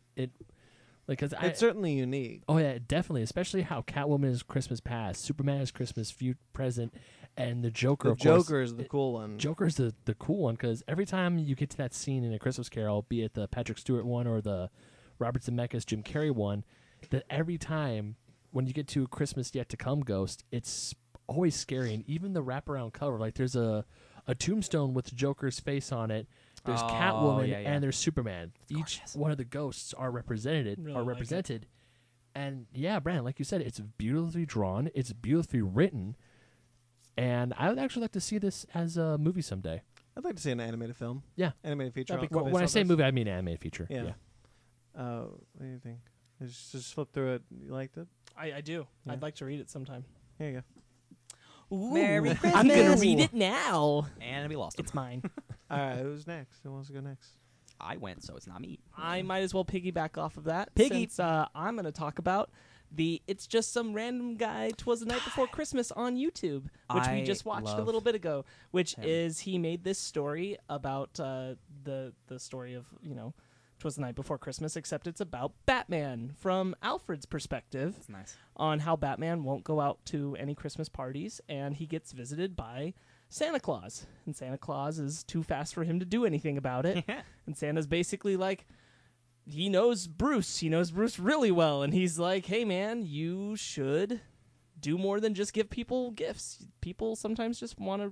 Like 'cause I
It's certainly unique.
Oh yeah, definitely, especially how Catwoman is Christmas past, Superman is Christmas fu- present, and the Joker
The
of course,
Joker is the cool one.
Joker's the, the cool one because every time you get to that scene in A Christmas Carol, be it the Patrick Stewart one or the Robert Zemeckis Jim Carrey one, that every time when you get to Christmas Yet to Come Ghost, it's always scary. And even the wraparound cover, like there's a, a tombstone with Joker's face on it. There's
Oh,
Catwoman
yeah, yeah.
and there's Superman. Each
gorgeous.
one of the ghosts are represented
Really
are
like it.
represented. And yeah, Brandon, like you said, it's beautifully drawn, it's beautifully written. And I would actually like to see this as a movie someday.
I'd like to see an animated film.
Yeah.
animated feature.
That'd be
on-
cool.
based
When I
on
say
this.
movie, I mean animated feature.
yeah. Uh, what do you think? Just, just flip through it. You liked it?
I, I do.
Yeah.
I'd like to read it sometime.
Here you
Merry Christmas.
I'm gonna read it now.
And we lost him.
It's mine.
go. All right, who's next? Who wants to go next?
I went, so it's not me.
I might as well piggyback off of that.
Piggy-
Since, uh, I'm going to talk about the It's Just Some Random Guy, Twas the Night Before Christmas on YouTube, which
I
we just watched a
love
little bit ago, which
him.
is he made this story about uh, the, the story of, you know, Twas the Night Before Christmas, except it's about Batman from Alfred's perspective
It's nice.
on how Batman won't go out to any Christmas parties and he gets visited by Santa Claus. And Santa Claus is too fast for him to do anything about it. and Santa's basically like, he knows Bruce. He knows Bruce really well, and he's like, "Hey, man, you should do more than just give people gifts. People sometimes just want to,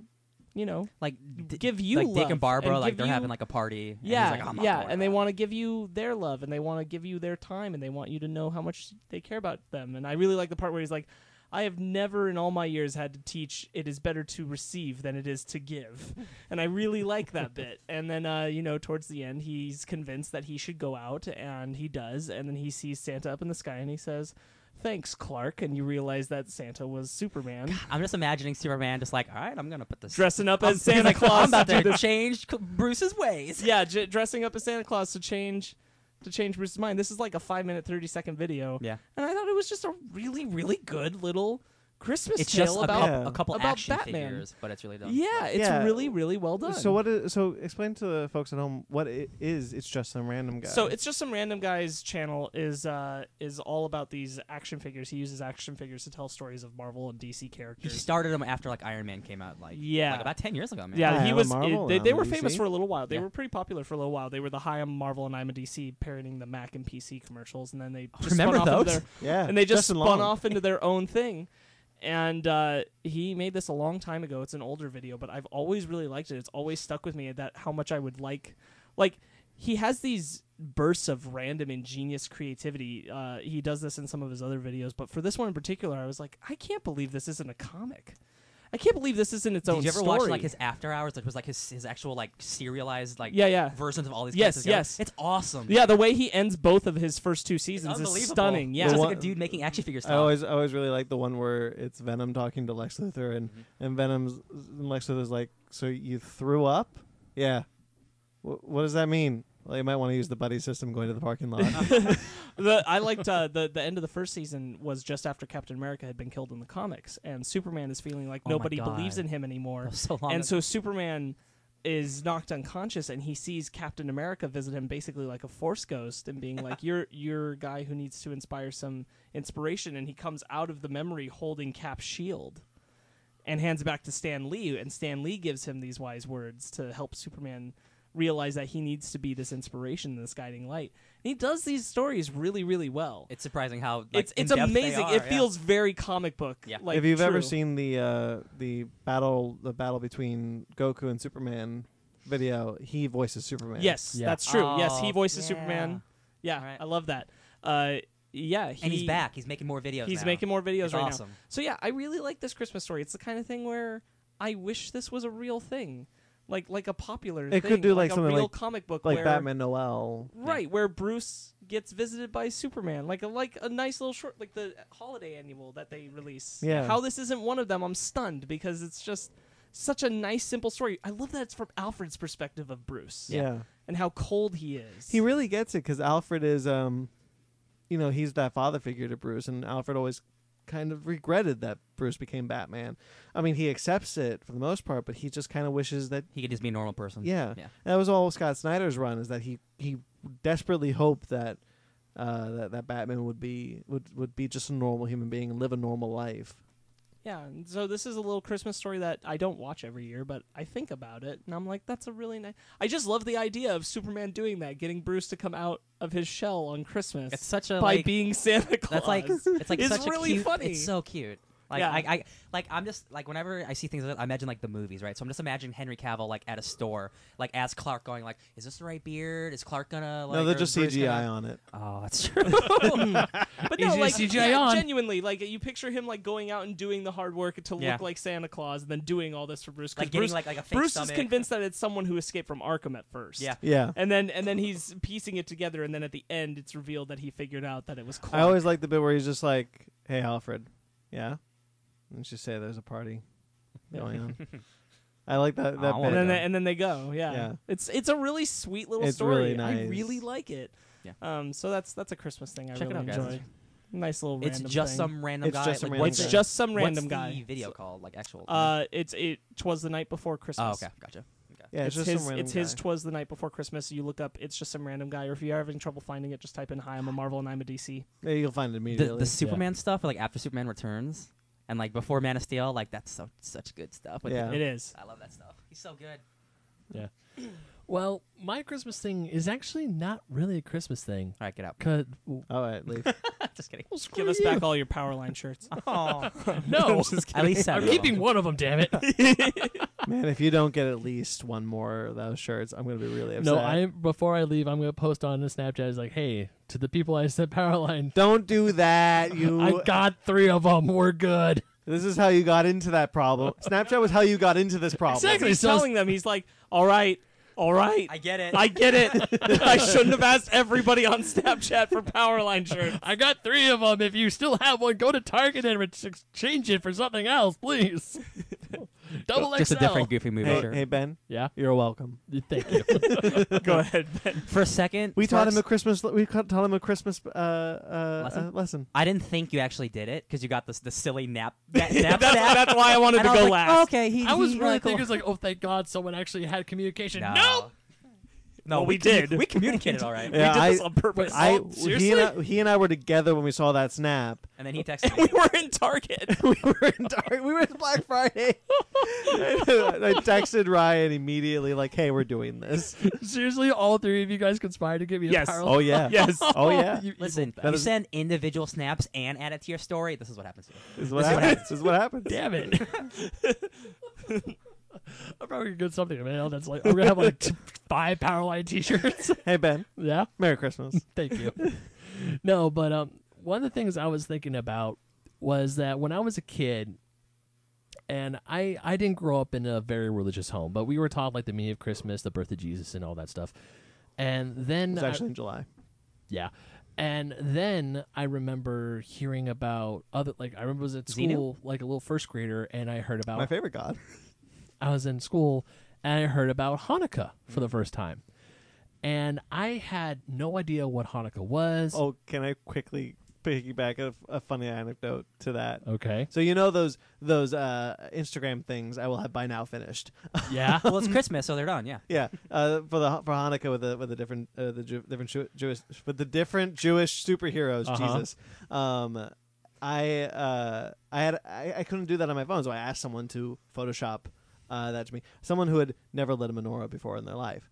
you know,
Like d-
give you
like
love
Dick and Barbara,
and
like
give
they're
you-
having like a party. and he's
yeah,
like, "I'm not
yeah,
going
and they
to that."
want to give you their love, and they want to give you their time, and they want you to know how much they care about them. And I really like the part where he's like, "I have never in all my years had to teach. It is better to receive than it is to give," and I really like that bit. And then, uh, you know, towards the end, he's convinced that he should go out, and he does. And then he sees Santa up in the sky, and he says. Thanks, Clark, and you realize that Santa was Superman,
I'm just imagining Superman just like, all right, I'm gonna put this
dressing up
I'm-
as
he's
Santa
like,
Claus
I'm about
to do
to
this
change C- Bruce's ways.
yeah, j- dressing up as Santa Claus to change to change Bruce's mind. This is like a five minute, thirty second video,
Yeah.
and I thought it was just a really, really good little Christmas
It's
tale
just a,
about.
cou-
couple, a couple
about
action
Batman.
figures, but it's really done.
Yeah, it's
Yeah.
really, really well done.
So what is? So explain to the folks at home what it is. It's just some random guy.
So it's just some random guy's channel is uh is all about these action figures. He uses action figures to tell stories of Marvel and DC
He
characters.
started them after like Iron Man came out, like
Yeah.
like, about ten years ago, man.
Yeah,
Yeah,
he
I'm a
was.
Marvel
they
and
they
I'm a
were famous
DC.
for a little while. They
Yeah.
were pretty popular for a little while. They were the "Hi, I'm Marvel and I'm a DC" parodying the Mac and PC commercials, and then they just spun
remember
off into
those?
their-
yeah,
and they just
Justin
spun
Long.
off into their own thing. And uh, he made this a long time ago. It's an older video, but I've always really liked it. It's always stuck with me that how much I would like, like he has these bursts of random ingenious creativity. Uh, he does this in some of his other videos, but for this one in particular, I was like, I can't believe this isn't a comic. I can't believe this isn't its
Did
own.
you ever
story.
watch like his After Hours? That was like his his actual like serialized like
Yeah, yeah.
versions of all these.
Yes,
characters together.
yes.
It's awesome.
Yeah, the way he ends both of his first two seasons is
unbelievable.
stunning. Yeah,
The
it's just
one-
like a dude making action figures.
I always, I always really like the one where it's Venom talking to Lex Luthor, and and Venom's and Lex Luthor's like, "So you threw up? Yeah. Wh- what does that mean? Well, you might want to use the buddy system going to the parking lot.
the I liked uh, the the end of the first season was just after Captain America had been killed in the comics, and Superman is feeling like
Oh my
nobody believes
God.
in him anymore,
That was so long
and
ago.
so Superman is knocked unconscious, and he sees Captain America visit him basically like a force ghost, and being like, "You're you're a guy who needs to inspire some inspiration," and he comes out of the memory holding Cap's shield. And hands it back to Stan Lee, and Stan Lee gives him these wise words to help Superman realize that he needs to be this inspiration, this guiding light. And he does these stories really, really well.
it's surprising how like,
it's it's
in-depth they
amazing.
are,
it
yeah.
feels very comic book.
Yeah.
Like,
if you've ever
true.
seen the uh, the battle, the battle between Goku and Superman video, he voices Superman.
yes,
Yeah.
that's true. yes, he
Oh,
voices
yeah.
Superman. Yeah,
Alright.
I love that. Uh, yeah, he,
and he's back. He's making more videos.
He's
now.
making more videos
It's
right
awesome.
now. So yeah, I really like this Christmas story. It's the kind of thing where I wish this was a real thing, like like a popular.
It could
thing,
do like
a
something
real
like-
comic book,
like
where,
Batman Noel.
Right, where Bruce gets visited by Superman, like a like a nice little short, like the holiday annual that they release.
Yeah.
How this isn't one of them, I'm stunned because it's just such a nice, simple story. I love that it's from Alfred's perspective of Bruce.
Yeah.
And how cold he is.
He really gets it because Alfred is, um, you know, he's that father figure to Bruce, and Alfred always kind of regretted that Bruce became Batman. I mean, he accepts it for the most part, but he just kind of wishes that.
He could just be a normal person.
Yeah,
Yeah.
that was all Scott Snyder's run is that he he desperately hoped that. Uh, that that Batman would be would would be just a normal human being and live a normal life.
yeah. and So this is a little Christmas story that I don't watch every year, but I think about it and I'm like, that's a really nice. I just love the idea of Superman doing that, getting Bruce to come out of his shell on Christmas
It's such a
by
like,
being Santa Claus.
That's like it's like
It's
such
really
a cute,
funny.
It's so cute. Like
Yeah.
I, I like I'm just like whenever I see things like that, I imagine like the movies, right? So I'm just imagining Henry Cavill like at a store, like as Clark going like, "Is this the right beard? Is Clark gonna like?"
no, they're
or
just
Bruce
CGI
gonna-"
on it.
Oh, that's true.
But
He's
no,
just
like
CGI
yeah,
on.
genuinely, like you picture him like going out and doing the hard work to
Yeah.
look like Santa Claus, and then doing all this for Bruce. 'cause
like getting
Bruce,
like like a fake
Bruce
stomach.
is convinced that it's someone who escaped from Arkham at first.
Yeah.
Yeah,
and then and then he's piecing it together, and then at the end, it's revealed that he figured out that it was Clark.
I always like the bit where he's just like, "Hey, Alfred, yeah," and she say, "There's a party going on." I like that. That bit.
I
and then
wanna
they, and then they go. Yeah.
Yeah.
it's it's a really sweet little
It's
story.
really
I
nice.
really like it.
Yeah.
Um. So that's that's a Christmas thing I
Check it
really
out, guys.
enjoyed. Nice little
it's
random
just
thing.
some random
It's
guy.
just some
like,
random
what's
It's
guy.
the-
just some
what's
random
the
guy.
video called like actual.
Uh, it's it was the night before Christmas.
oh, okay, gotcha.
yeah, it's, just
his,
some random
it's his
guy.
twas the night before Christmas. You look up, it's just some random guy. Or if you're having trouble finding it, just type in "Hi, I'm a Marvel and I'm a DC."
Yeah, you'll find it
The,
immediately.
the Superman stuff, like after Superman Returns, and like before Man of Steel, like that's so such good stuff. with
Yeah.
him.
It is.
I love that stuff. He's so good.
Well, my Christmas thing is actually not really a Christmas thing.
All right, get out.
Cause
All right, leave.
Just kidding.
well,
Give
screw
us
you.
back all your power line shirts.
Oh,
No,
at least
I'm
seven.
keeping one of them. Damn it.
Man, if you don't get at least one more of those shirts, I'm gonna be really upset.
no, I before I leave, I'm gonna post on the Snapchat. It's like, hey, to the people I sent power line.
Don't do that. You.
I got three of them. We're good.
this is how you got into that problem. Snapchat was how you got into this problem.
Exactly.
he's
so-
telling them, he's like, all right, all right.
I get it.
I get it. I shouldn't have asked everybody on Snapchat for power line shirts.
I got three of them. If you still have one, go to Target and re- exchange it for something else, please. Double XL.
Just a different goofy movie
Hey,
shirt.
hey, Ben,
Yeah.
you're welcome.
Thank you.
Go ahead, Ben.
For a second,
We taught him
Sparks,
a Christmas. le- We ca- taught him a Christmas uh, uh,
Lesson?
Uh, lesson.
I didn't think you actually did it because you got this the silly nap. That,
That's,
nap snap.
that's why I wanted
And
to
I was
go
like,
last.
"Oh, okay, he,
I was
he-
really
cool."
thinking, it's like, oh, thank God, someone actually had communication.
No.
No.
No,
Well, we
commu-
did.
We communicated all right.
We
Yeah,
did
I-
this on purpose.
Wait,
I
Oh,
he and I, he and I were together when we saw that snap.
And then he texted
we
me.
were in Target.
we were in dark. We were at Black Friday. I texted Ryan immediately, like, "Hey, we're doing this."
Seriously, all three of you guys conspired to give me
Yes.
a power
Oh yeah.
yes.
Oh yeah.
You- you-
Listen,
That
you
is-
send individual snaps and add it to your story. This is what happens. To you.
This is what happens. This is what happens.
damn it. I'm probably gonna get something in the mail that's like I'm gonna have like t- five Powerline T-shirts.
Hey Ben,
yeah,
Merry Christmas.
thank you. no, but um, one of the things I was thinking about was that when I was a kid, and I I didn't grow up in a very religious home, but we were taught like the meaning of Christmas, the birth of Jesus, and all that stuff. And then
It's
I-
actually in July.
Yeah. And then I remember hearing about other like I remember I was at
Xenu?
school like a little first grader and I heard
My
about
favorite god.
I was in school and I heard about Hanukkah for
Mm.
the first time. And I had no idea what Hanukkah was.
Oh, can I quickly piggyback a, a funny anecdote to that?
Okay.
So you know those those uh, Instagram things I will have by now finished.
Yeah.
Well, it's Christmas, so they're done. Yeah.
yeah, uh, for the for Hanukkah with the with the different uh, the Ju- different Jew- Jewish with the different Jewish superheroes.
Uh-huh.
Jesus, um, I uh, I had I, I couldn't do that on my phone, so I asked someone to Photoshop uh, that to me. Someone who had never lit a menorah before in their life,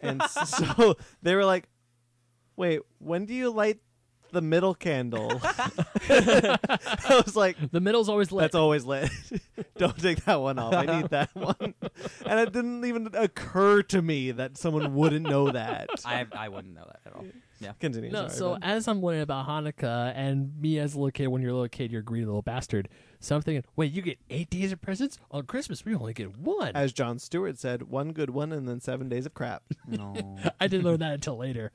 and so they were like, "Wait, when do you light the middle candle?" I was like,
the middle's always lit.
that's always lit. Don't take that one off. I need that one. And it didn't even occur to me that someone wouldn't know that.
I I wouldn't know that at all. Yeah.
Continue.
No,
sorry,
so
Ben.
as I'm learning about Hanukkah and me as a little kid, when you're a little kid, you're a greedy little bastard. So I'm thinking, wait, you get eight days of presents? On Christmas, we only get one.
as John Stewart said, one good one and then seven days of crap.
No.
I didn't learn that until later.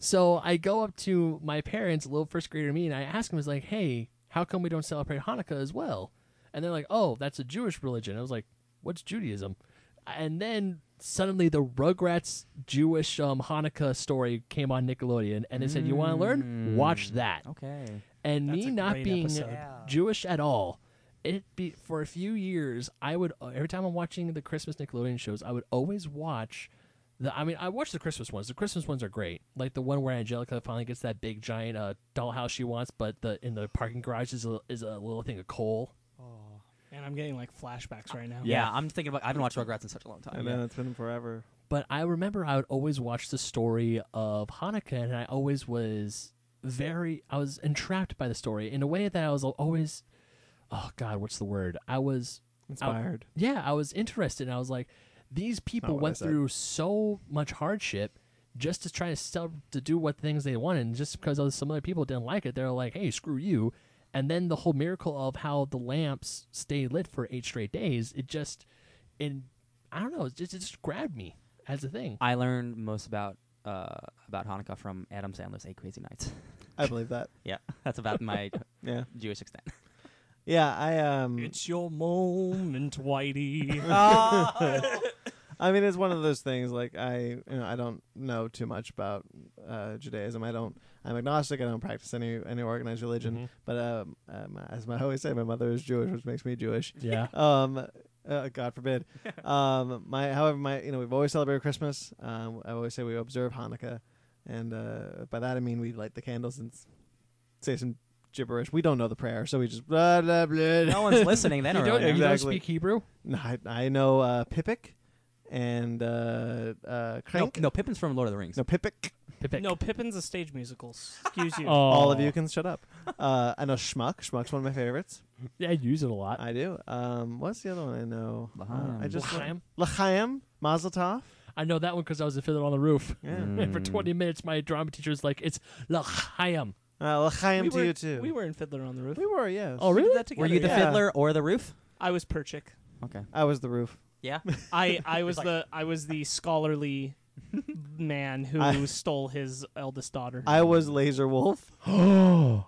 So I go up to my parents, little first grader me, and I ask him, "Is like, hey, how come we don't celebrate Hanukkah as well?" And they're like, "Oh, that's a Jewish religion." I was like, "What's Judaism?" And then suddenly the Rugrats Jewish um, Hanukkah story came on Nickelodeon, and they said, "You want to learn? Watch that."
Okay.
And
That's
me
a
not
great
being
episode.
Yeah.
Jewish at all. It be for a few years. I would every time I'm watching the Christmas Nickelodeon shows, I would always watch the. I mean, I watch the Christmas ones. The Christmas ones are great, like the one where Angelica finally gets that big giant uh, dollhouse she wants, but the in the parking garage is a, is a little thing of coal.
And I'm getting like flashbacks right now.
Yeah, I'm thinking about. I haven't watched Rugrats in such a long time.
And then it's been forever.
But I remember I would always watch the story of Hanukkah, and I always was very, I was entrapped by the story in a way that I was always, oh God, what's the word? I was
Inspired.
yeah, I was interested. And I was like, these people
what I
went
said.
through so much hardship just to try to sell to do what things they wanted. And just because other- some other people didn't like it, they're like, hey, screw you. And then the whole miracle of how the lamps stay lit for eight straight days, it just, and I don't know, it just, it just grabbed me as a thing.
I learned most about uh, about Hanukkah from Adam Sandler's Eight Crazy Nights.
I believe that.
yeah, that's about my
Yeah.
Jewish extent.
Yeah, I um
It's your moment, Whitey.
I mean, it's one of those things. Like I, you know, I don't know too much about uh, Judaism. I don't. I'm agnostic. I don't practice any any organized religion.
Mm-hmm.
But um, um, as I always say, my mother is Jewish, which makes me Jewish.
Yeah.
Um, uh, God forbid. um, my, however, my, you know, we've always celebrated Christmas. Um, I always say we observe Hanukkah, and uh, by that I mean we light the candles and s- say some gibberish. We don't know the prayer, so we just blah blah blah.
no one's listening then.
You
or
don't,
really.
you don't
Exactly.
speak Hebrew?
No, I, I know uh, Pippic and uh, uh,
No,
Crank.
no, Pippin's from Lord of the Rings.
no Pippic.
Pippic.
No, Pippin's a stage musical. Excuse you.
Oh.
All of you can shut up. Uh, I know Schmuck. Schmuck's one of my favorites.
Yeah, I use it a lot.
I do. Um, what's the other one I know?
L'chaim.
Uh, I just
L'chaim?
L'chaim Mazel Tov.
I know that one because I was a fiddler on the roof.
Yeah.
And
Mm.
for 20 minutes, my drama teacher was like, it's L'chaim.
Uh, L'chaim
we
to
were,
you too.
We were in Fiddler on the Roof.
We were, yes.
Oh,
We did
really?
that
Were
together,
you the
yeah.
yeah.
fiddler or the roof?
I was Perchik.
Okay.
I was the roof.
Yeah.
I I was
like-
the I was the scholarly man who
I-
stole his eldest daughter.
I was Laser Wolf.
Oh.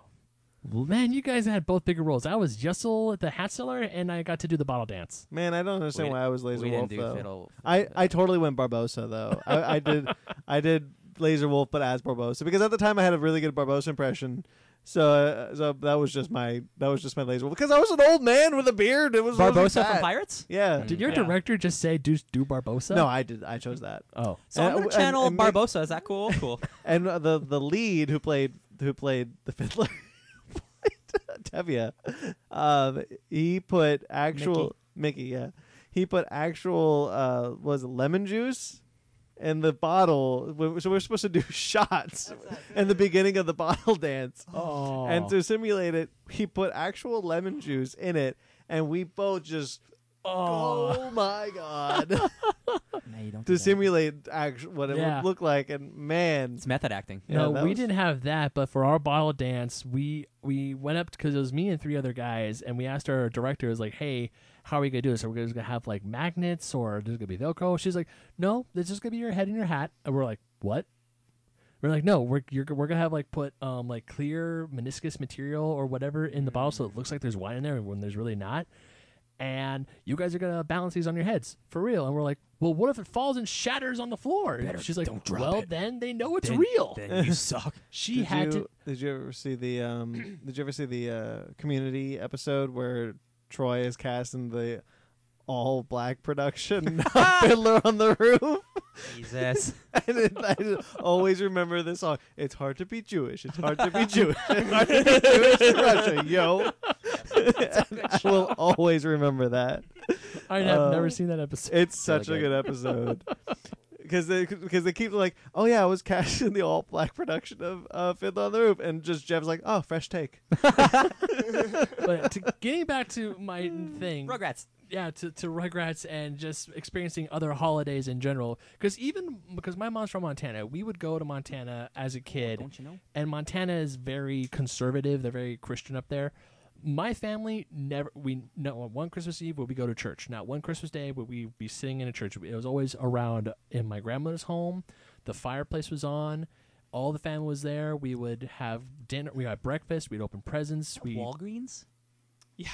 Man, you guys had both bigger roles. I was Yussel at the hat seller, and I got to do the bottle dance.
Man, I don't understand
We-
why I was
we
Laser
didn't
Wolf
do
though.
fiddle.
I, I totally went Barbosa though. I, I did I did Laser Wolf, but as Barbosa because at the time I had a really good Barbosa impression. So uh, so that was just my that was just my Laser Wolf because I was an old man with a beard. It was really
Barbosa
bad.
from Pirates.
Yeah.
Did your
Yeah.
director just say, do, do Barbosa?
No, I did. I chose that.
Oh.
So
Uh,
I'm gonna
w- and-
channel
and make-
Barbosa. Is that cool? Cool.
And uh, the the lead who played who played the fiddler, played Tevye, um, he put actual Mickey. yeah, he put actual uh, was it lemon juice in the bottle. We- So we are supposed to do shots in the beginning of the bottle dance,
Oh.
and to simulate it, he put actual lemon juice in it, and we both just.
Oh.
oh my god!
no, you don't.
to simulate act- what it
Yeah.
would look like, and man,
It's method acting.
Yeah,
no,
that
we
was-
didn't have that, but for our bottle dance, we we went up because it was me and three other guys, and we asked our director, it was like, "Hey, how are we gonna do this? Are we just gonna have like magnets, or there's gonna be Velcro?" She's like, "No, it's just gonna be your head and your hat," and we're like, "What?" We're like, "No, we're you're, we're gonna have like put um like clear meniscus material or whatever in the bottle, so it looks like there's wine in there when there's really not." And you guys are gonna balance these on your heads for real, and we're like, "Well, what if it falls and shatters on the floor?" And She's like,
don't drop
"Well,
it."
then they know it's
Then-
real."
Then you suck.
She
did
had
you,
to.
Did you ever see the um? did you ever see the uh, community episode where Troy is cast in the all black production of Fiddler on the Roof?
Jesus.
and it, I just always remember this song. It's hard to be Jewish. It's hard to be Jewish. It's hard to be Jewish in Russia, yo. I will always remember that.
I have
Uh,
um,
never seen that episode.
It's such
really
a good episode. Because they, cause they keep like, oh yeah, I was cast in the all black production of uh, Fiddler on the Roof, and just Jeff's like, oh, fresh take.
But to, getting back to my
Mm,
thing,
Rugrats.
yeah, to, to Rugrats and just experiencing other holidays in general. Because even because my mom's from Montana, we would go to Montana as a kid,
Don't you know?
and Montana is very conservative. They're very Christian up there. My family never we no one Christmas Eve would we go to church. Not one Christmas day would we be sitting in a church. It was always around in my grandmother's home. The fireplace was on. All the family was there. We would have dinner. We had breakfast. We'd open presents. We
Walgreens.
yeah.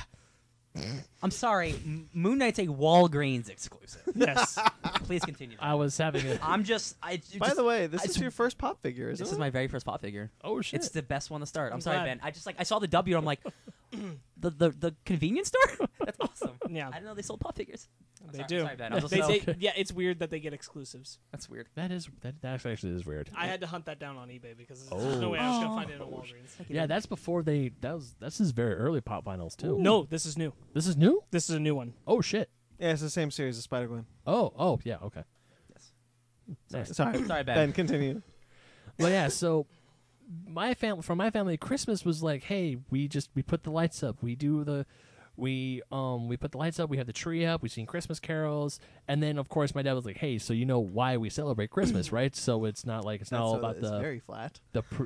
I'm sorry. M- Moon Knight's a Walgreens exclusive.
Yes.
Please continue.
I was having a
I'm just. I, it
By
just-
the way, this
I-
is your first pop figure, isn't
this
it?
is my very first pop figure.
oh shit.
It's the best one to start. I'm,
I'm
sorry,
glad.
Ben. I just like I saw the W. I'm like, the the, the convenience store. That's awesome.
Yeah.
I didn't know they sold pop figures. I'm
They
sorry,
do.
I'm sorry, Ben. I'm just
They,
so-
they, yeah, it's weird that they get exclusives.
That's weird.
that is that, that actually is weird.
I had to hunt that down on eBay because there's just no
Oh.
way I was
Oh.
gonna find it at Walgreens.
yeah, that's before they that was that's his very early pop vinyls too.
No, this is new.
this is new.
This is a new one.
Oh shit.
Yeah, it's the same series as Spider Gwen.
Oh oh yeah okay.
Sorry,
Nice.
Sorry,
sorry, Ben.
Ben, continue.
Well, yeah. So my family, from my family, Christmas was like, hey, we just we put the lights up. We do the we um we put the lights up. We have the tree up. We sing Christmas carols, and then of course my dad was like, hey, so you know why we celebrate Christmas, right? So it's not like it's not all about
it's
the
very flat.
the. Pr-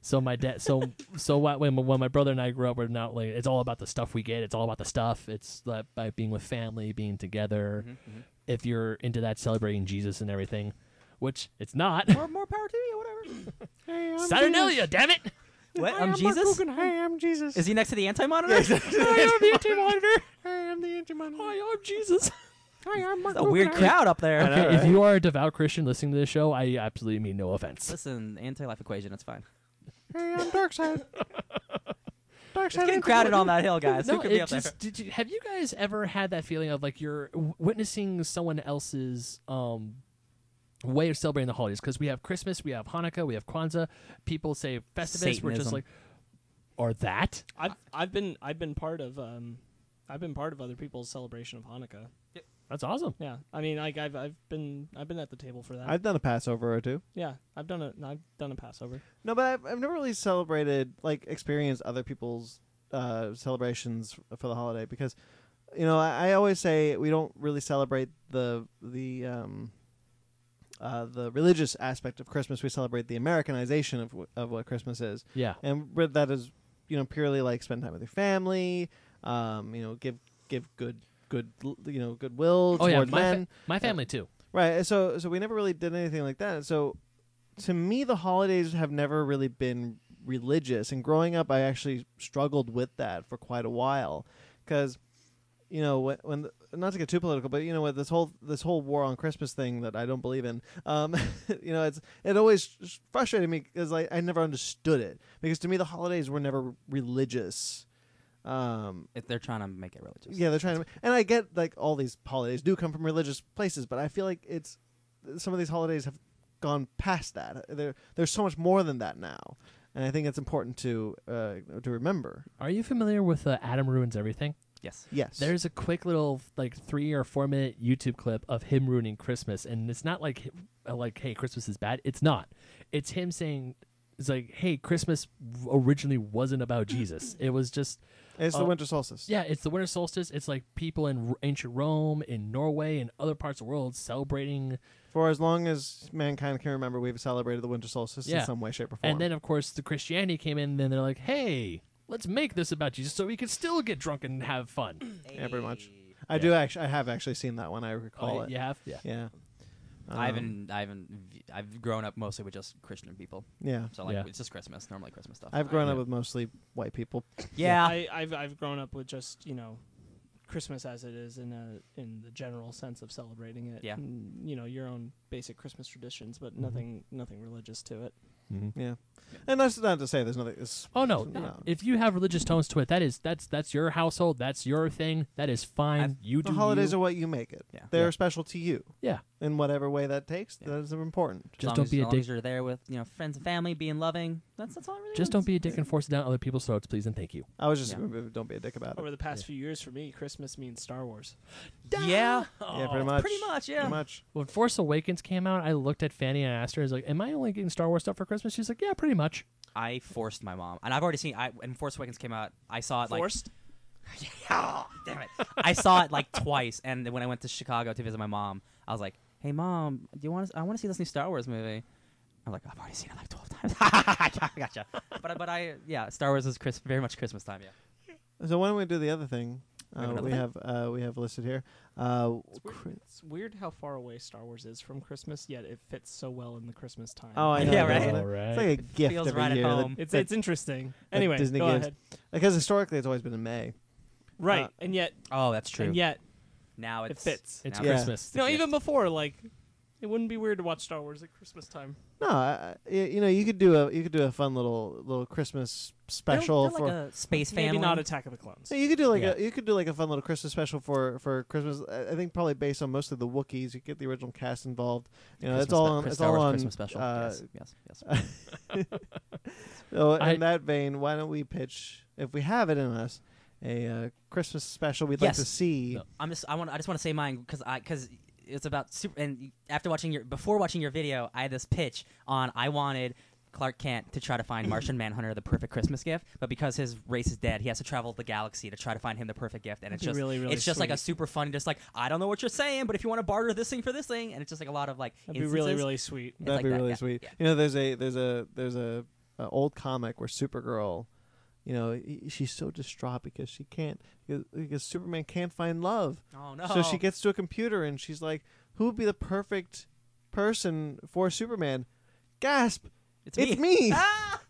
so my dad, so so what, when when my brother and I grew up, we're not like it's all about the stuff we get. It's all about the stuff. It's like by being with family, being together. If you're into that, celebrating Jesus and everything, which it's not.
More, more power to you. Whatever.
Hey, I'm
Saturnalia, damn it!
What? I'm Jesus.
Hey, I'm Jesus.
Is he next to the anti-monitor?
I am the anti-monitor.
Hey, I'm the Intermon.
I am Jesus.
It's a weird crowd up there.
know.
If you are a devout Christian listening to this show, I absolutely mean no offense.
Listen, anti-life equation. It's fine.
Hey, I'm Darkseid. Darkseid.
It's getting crowded on that hill, guys. Who
No,
could be
it
up there?
just, did you have you guys ever had that feeling of like you're w- witnessing someone else's um way of celebrating the holidays? Because we have Christmas, we have Hanukkah, we have Kwanzaa. People say Festivus. We're just
Satanism.
like, or that.
I've I've been I've been part of um I've been part of other people's celebration of Hanukkah.
That's awesome.
Yeah, I mean, like I've I've been I've been at the table for that.
I've done a Passover or two.
yeah, I've done a I've done a Passover.
No, but I've, I've never really celebrated, like, experienced other people's uh, celebrations f- for the holiday because, you know, I, I always say we don't really celebrate the the um, uh, the religious aspect of Christmas. We celebrate the Americanization of w- of what Christmas is,
Yeah.
and with that is, you know, purely like spend time with your family, um, you know, give give good good l- you know goodwill
Oh
toward
yeah, my,
men.
fa- my family too.
Right. So so we never really did anything like that. So to me the holidays have never really been religious and growing up I actually struggled with that for quite a while cuz you know when, when the, not to get too political but you know with this whole this whole war on Christmas thing that I don't believe in um you know it's it always frustrated me cuz I, I never understood it because to me the holidays were never religious um
If they're trying to make it religious.
yeah, they're trying to. And I get like all these holidays do come from religious places, but I feel like it's some of these holidays have gone past that. There, there's so much more than that now, and I think it's important to uh, to remember.
Are you familiar with uh, Adam ruins everything?
Yes.
Yes,
There's a quick little like three or four minute YouTube clip of him ruining Christmas, and it's not like uh, like hey Christmas is bad. It's not. It's him saying it's like hey Christmas originally wasn't about Jesus. It was just
it's
uh,
the winter solstice.
yeah, it's the winter solstice. It's like people in R- ancient Rome, in Norway, and other parts of the world celebrating
For as long as mankind can remember, we've celebrated the winter solstice
Yeah.
in some way, shape, or form.
And then, of course, the Christianity came in. And then they're like, "Hey, let's make this about Jesus, so we can still get drunk and have fun."
yeah, pretty much. I do actually. I have actually seen that one. I recall
Oh,
it.
You have, yeah.
Yeah.
I
Um,
haven't, I haven't, v- I've grown up mostly with just Christian people.
Yeah.
So, like,
Yeah.
it's just Christmas, normally Christmas stuff.
I've grown up with mostly white people.
yeah.
I, I've I've grown up with just you know, Christmas as it is in a in the general sense of celebrating it.
Yeah.
and, you know your own basic Christmas traditions, but
Mm-hmm.
nothing nothing religious to it.
Mm-hmm.
Yeah. And that's not to say there's nothing. It's,
Oh no,
no.
If you have religious tones to it, that is that's that's your household. That's your thing. That is fine.
I've-
you do.
the holidays
you.
are what you make it.
Yeah.
They're
Yeah.
special to you.
yeah.
in whatever way that takes.
Yeah.
Those are important.
As long
Just don't
as-
be
as
a
long
dick.
as you're there with, you know, friends and family, being loving. That's, that's all it really
Just don't
is.
be a dick and force it down other people's throats, please and thank you.
I was just
Yeah.
don't be a dick about
Over
it.
the past few years, for me, Christmas means Star Wars.
Yeah.
yeah, pretty much.
Oh, Pretty much, yeah.
Pretty much.
When Force Awakens came out, I looked at Fanny and I asked her, "I was like, am I only getting Star Wars stuff for Christmas?" She's like, "Yeah, pretty much."
I forced my mom, and I've already seen. I when Force Awakens came out, I saw it like.
Forced.
Oh, damn it! I saw it like twice, and then when I went to Chicago to visit my mom, I was like, "Hey, mom, do you want? To, I want to see this new Star Wars movie." I'm like, "I've already seen it like twelve times." I gotcha. But I- but I yeah, Star Wars is Chris, very much Christmas time. Yeah.
So why don't we do the other thing?
We have
Uh,
another
we
thing? Oh,
have uh, we have listed here. Uh, cri-
It's weird how far away Star Wars is from Christmas, yet it fits so well in the Christmas time.
oh, I know.
Yeah,
it
right.
doesn't
All
it?
right.
It's like a gift
feels
every
right at
year. that-
home.
It's
that-
it's interesting. Anyway,
Disney
go
gives.
ahead.
because historically it's always been in May.
Right,
Uh,
and yet
Oh, that's true.
and yet
now
it
it's
fits.
It's
now
Yeah.
Christmas.
No,
Yeah.
even before like, it wouldn't be weird to watch Star Wars at Christmas time.
No, I, I- you know you could do a you could do a fun little little Christmas
They're-
special
they're
for.
like a space
Maybe
family.
not Attack of the Clowns.
so you could do like
Yeah.
a you could do like a fun little Christmas special for for Christmas. I I think probably based on mostly the Wookiees. You get the original cast involved. You know,
Christmas
it's all
spe-
on,
Chris-
it's
Star
all
Wars
on
Christmas special.
uh,
yes, yes, yes.
So
I-
in that vein, why don't we pitch if we have it in us a uh, Christmas special we'd like to
Yes.
see?
No.
I'm just I want I just want to say mine because I because it's about super and after watching your before watching your video I had this pitch on I wanted Clark Kent to try to find Martian Manhunter the perfect Christmas gift but because his race is dead he has to travel the galaxy to try to find him the perfect gift and it's
be
just
really, really
it's just like a
sweet.
super funny just like I don't know what you're saying but if you want to barter this thing for this thing and it's just like a lot of like
That'd be really,
instances.
really sweet.
It's
That'd
like
be
that,
really
yeah,
sweet.
yeah.
You know, there's a there's a there's a, a old comic where Supergirl, you know, y- she's so distraught because she can't because, because Superman can't find love.
oh no
So she gets to a computer and she's like, "Who would be the perfect person for Superman?" Gasp!
it's,
It's me.
me, ah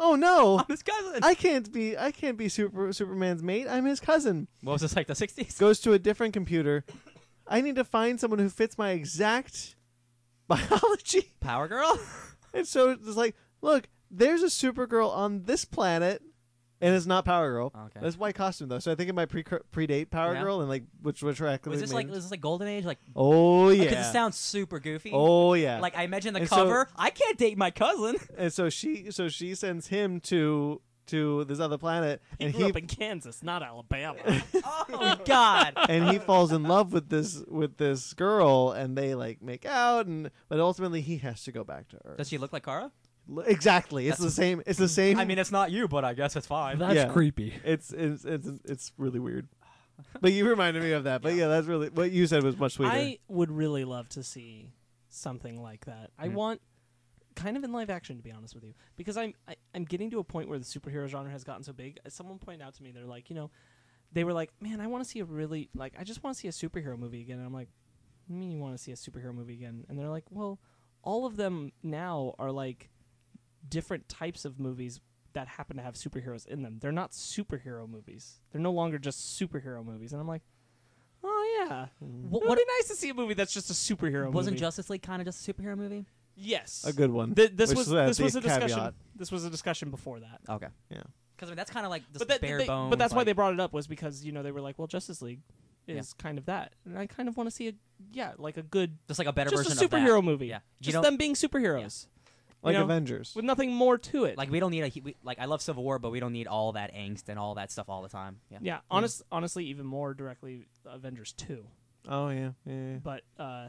Oh no!
I'm his cousin
I can't be I can't be Super Superman's mate. I'm his cousin.
what was this like the 60s
goes to a different computer. I need to find someone who fits my exact biology.
Power Girl
And so it's like, look, there's a Supergirl on this planet, and it's not Power Girl.
Okay.
It's white costume though, so I think it might pre- predate Power
Yeah.
Girl and like which which retroactively.
was this like
means-
was this like Golden Age like
oh yeah,
because it sounds super goofy
oh yeah.
Like I imagine the
And so-
cover. I can't date my cousin.
and so she so she sends him to to this other planet,
He
and
grew
he
up in Kansas, not Alabama.
oh God.
and he falls in love with this with this girl, and they like make out, and but ultimately he has to go back to Earth.
Does she look like Kara?
L- exactly. It's the same. It's the same.
I mean, it's not you, but I guess it's fine.
That's
Yeah.
creepy.
it's it's it's it's really weird. But you reminded me of that. But yeah, that's really what you said was much sweeter.
I would really love to see something like that. I
Mm.
want kind of in live action to be honest with you because I'm I, I'm getting to a point where the superhero genre has gotten so big. Uh, Someone pointed out to me they're like, you know, they were like, "Man, I want to see a really like I just want to see a superhero movie again." And I'm like, "What do you mean you want to see a superhero movie again?" And they're like, "Well, all of them now are like different types of movies that happen to have superheroes in them. They're not superhero movies. They're no longer just superhero movies." And I'm like, "Oh yeah,
What,
it would be nice to see a movie that's just a superhero
wasn't
movie.
Justice League kind of just a superhero movie?
yes
a good one.
Th- this
Which
was
is at
this
the
was a discussion
caveat.
this was a discussion before that
Okay.
Yeah.
Because I mean, that's kind of like just
but, that,
bare
they-
bones.
but that's why
like-
they brought it up was because you know they were like well Justice League is
Yeah.
kind of that and I kind of want to see a yeah like a good
just like a better
just
version
a
of that.
superhero movie
Yeah. You
just
don't-
them being superheroes
like
know,
Avengers.
with nothing more to it
Like we don't need a he- we, like I love Civil War, but we don't need all that angst and all that stuff all the time. Yeah.
yeah honest honestly even more directly Avengers two
Oh yeah, yeah. yeah.
but uh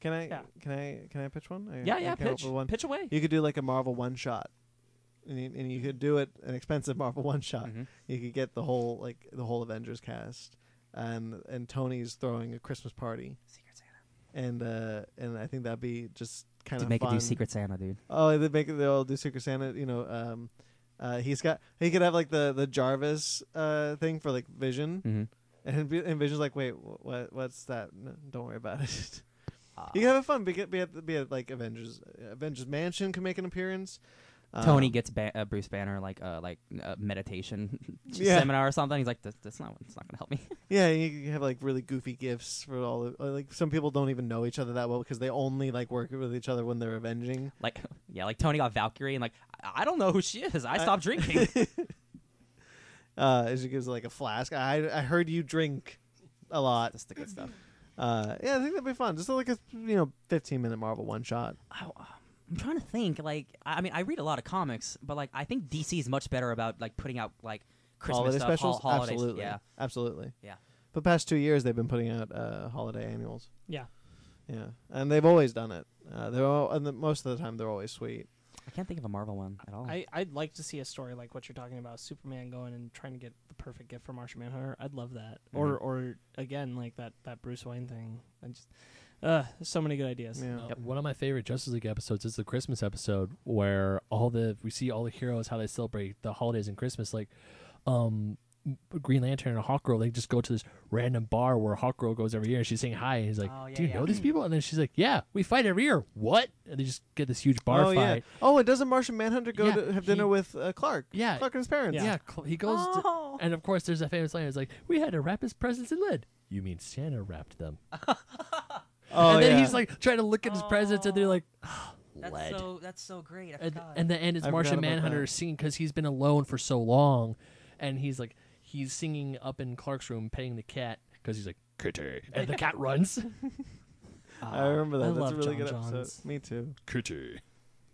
Can I
Yeah.
can I can I pitch one? I,
yeah
I
yeah
came up
pitch
with one.
pitch away
You could do like a Marvel one shot, and you, and you could do it an expensive Marvel one shot.
Mhm.
You could get the whole like the whole Avengers cast, and and Tony's throwing a Christmas party,
Secret Santa.
and uh and I think that'd be just kind of
make
fun.
it do Secret Santa, dude.
Oh, they make it. They all do Secret Santa. You know, um, uh, he's got he could have like the the Jarvis uh thing for like Vision,
Mm-hmm.
and, Vi- and Vision's like, wait, wh- what what's that? No, don't worry about it. You can have fun. Be, be, at, be at like Avengers. Avengers Mansion can make an appearance.
Tony
Um,
gets ba- uh, Bruce Banner like uh, like uh, meditation
Yeah.
seminar or something. He's like, "This- that's not it's not gonna help me.
yeah, you can have like really goofy gifts for all. Of, like some people don't even know each other that well because they only like work with each other when they're avenging.
like yeah, like Tony got Valkyrie and like I, I don't know who she is. I stopped drinking.
Uh, she gives like a flask. I I heard you drink a lot.
that's the good stuff.
Uh, yeah, I think that'd be fun. Just like a you know fifteen minute Marvel one shot.
I, um, I'm trying to think. Like I I mean, I read a lot of comics, but like I think DC is much better about like putting out like Christmas
holiday
stuff,
specials.
hol- holidays.
absolutely,
Yeah.
absolutely.
Yeah.
But past two years they've been putting out uh, holiday annuals.
Yeah.
Yeah, and they've always done it. Uh, they're all, and the, most of the time they're always sweet.
I can't think of a Marvel one at all.
I, I'd like to see a story like what you're talking about, Superman going and trying to get the perfect gift for Martian Manhunter. I'd love that. Or
Mm-hmm.
or again like that, that Bruce Wayne thing. I just uh so many good ideas.
Yeah.
Uh, One of my favorite Justice League episodes is the Christmas episode where all the we see all the heroes how they celebrate the holidays and Christmas. Like, um, Green Lantern and Hawkgirl, they just go to this random bar where Hawkgirl goes every year, and she's saying hi, and he's like,
Oh, yeah,
"Do you
yeah.
know these people?" And then she's like, "Yeah, we fight every year." What? And they just get this huge bar
oh yeah.
fight.
Oh, and doesn't Martian Manhunter go
Yeah,
to have
he-
dinner with uh, Clark?
Yeah.
Clark and his parents.
Yeah, cl- he goes, to- and of course, there's that famous line. It's like, "We had to wrap his presents in lead." You mean Santa wrapped them?
Oh
and then
yeah.
he's like trying to look at his presents, and they're like, "Ah,
that's
"Lead."
so that's so great. I
and,
forgot.
and the end is
I
Martian
forgot about
Manhunter
that.
singing because he's been alone for so long, and he's like he's singing up in Clark's room, petting the cat because he's like kitty, and the cat runs
I remember that.
I
That's
love
a really
John
good
Johns.
episode. Me too.
kitty.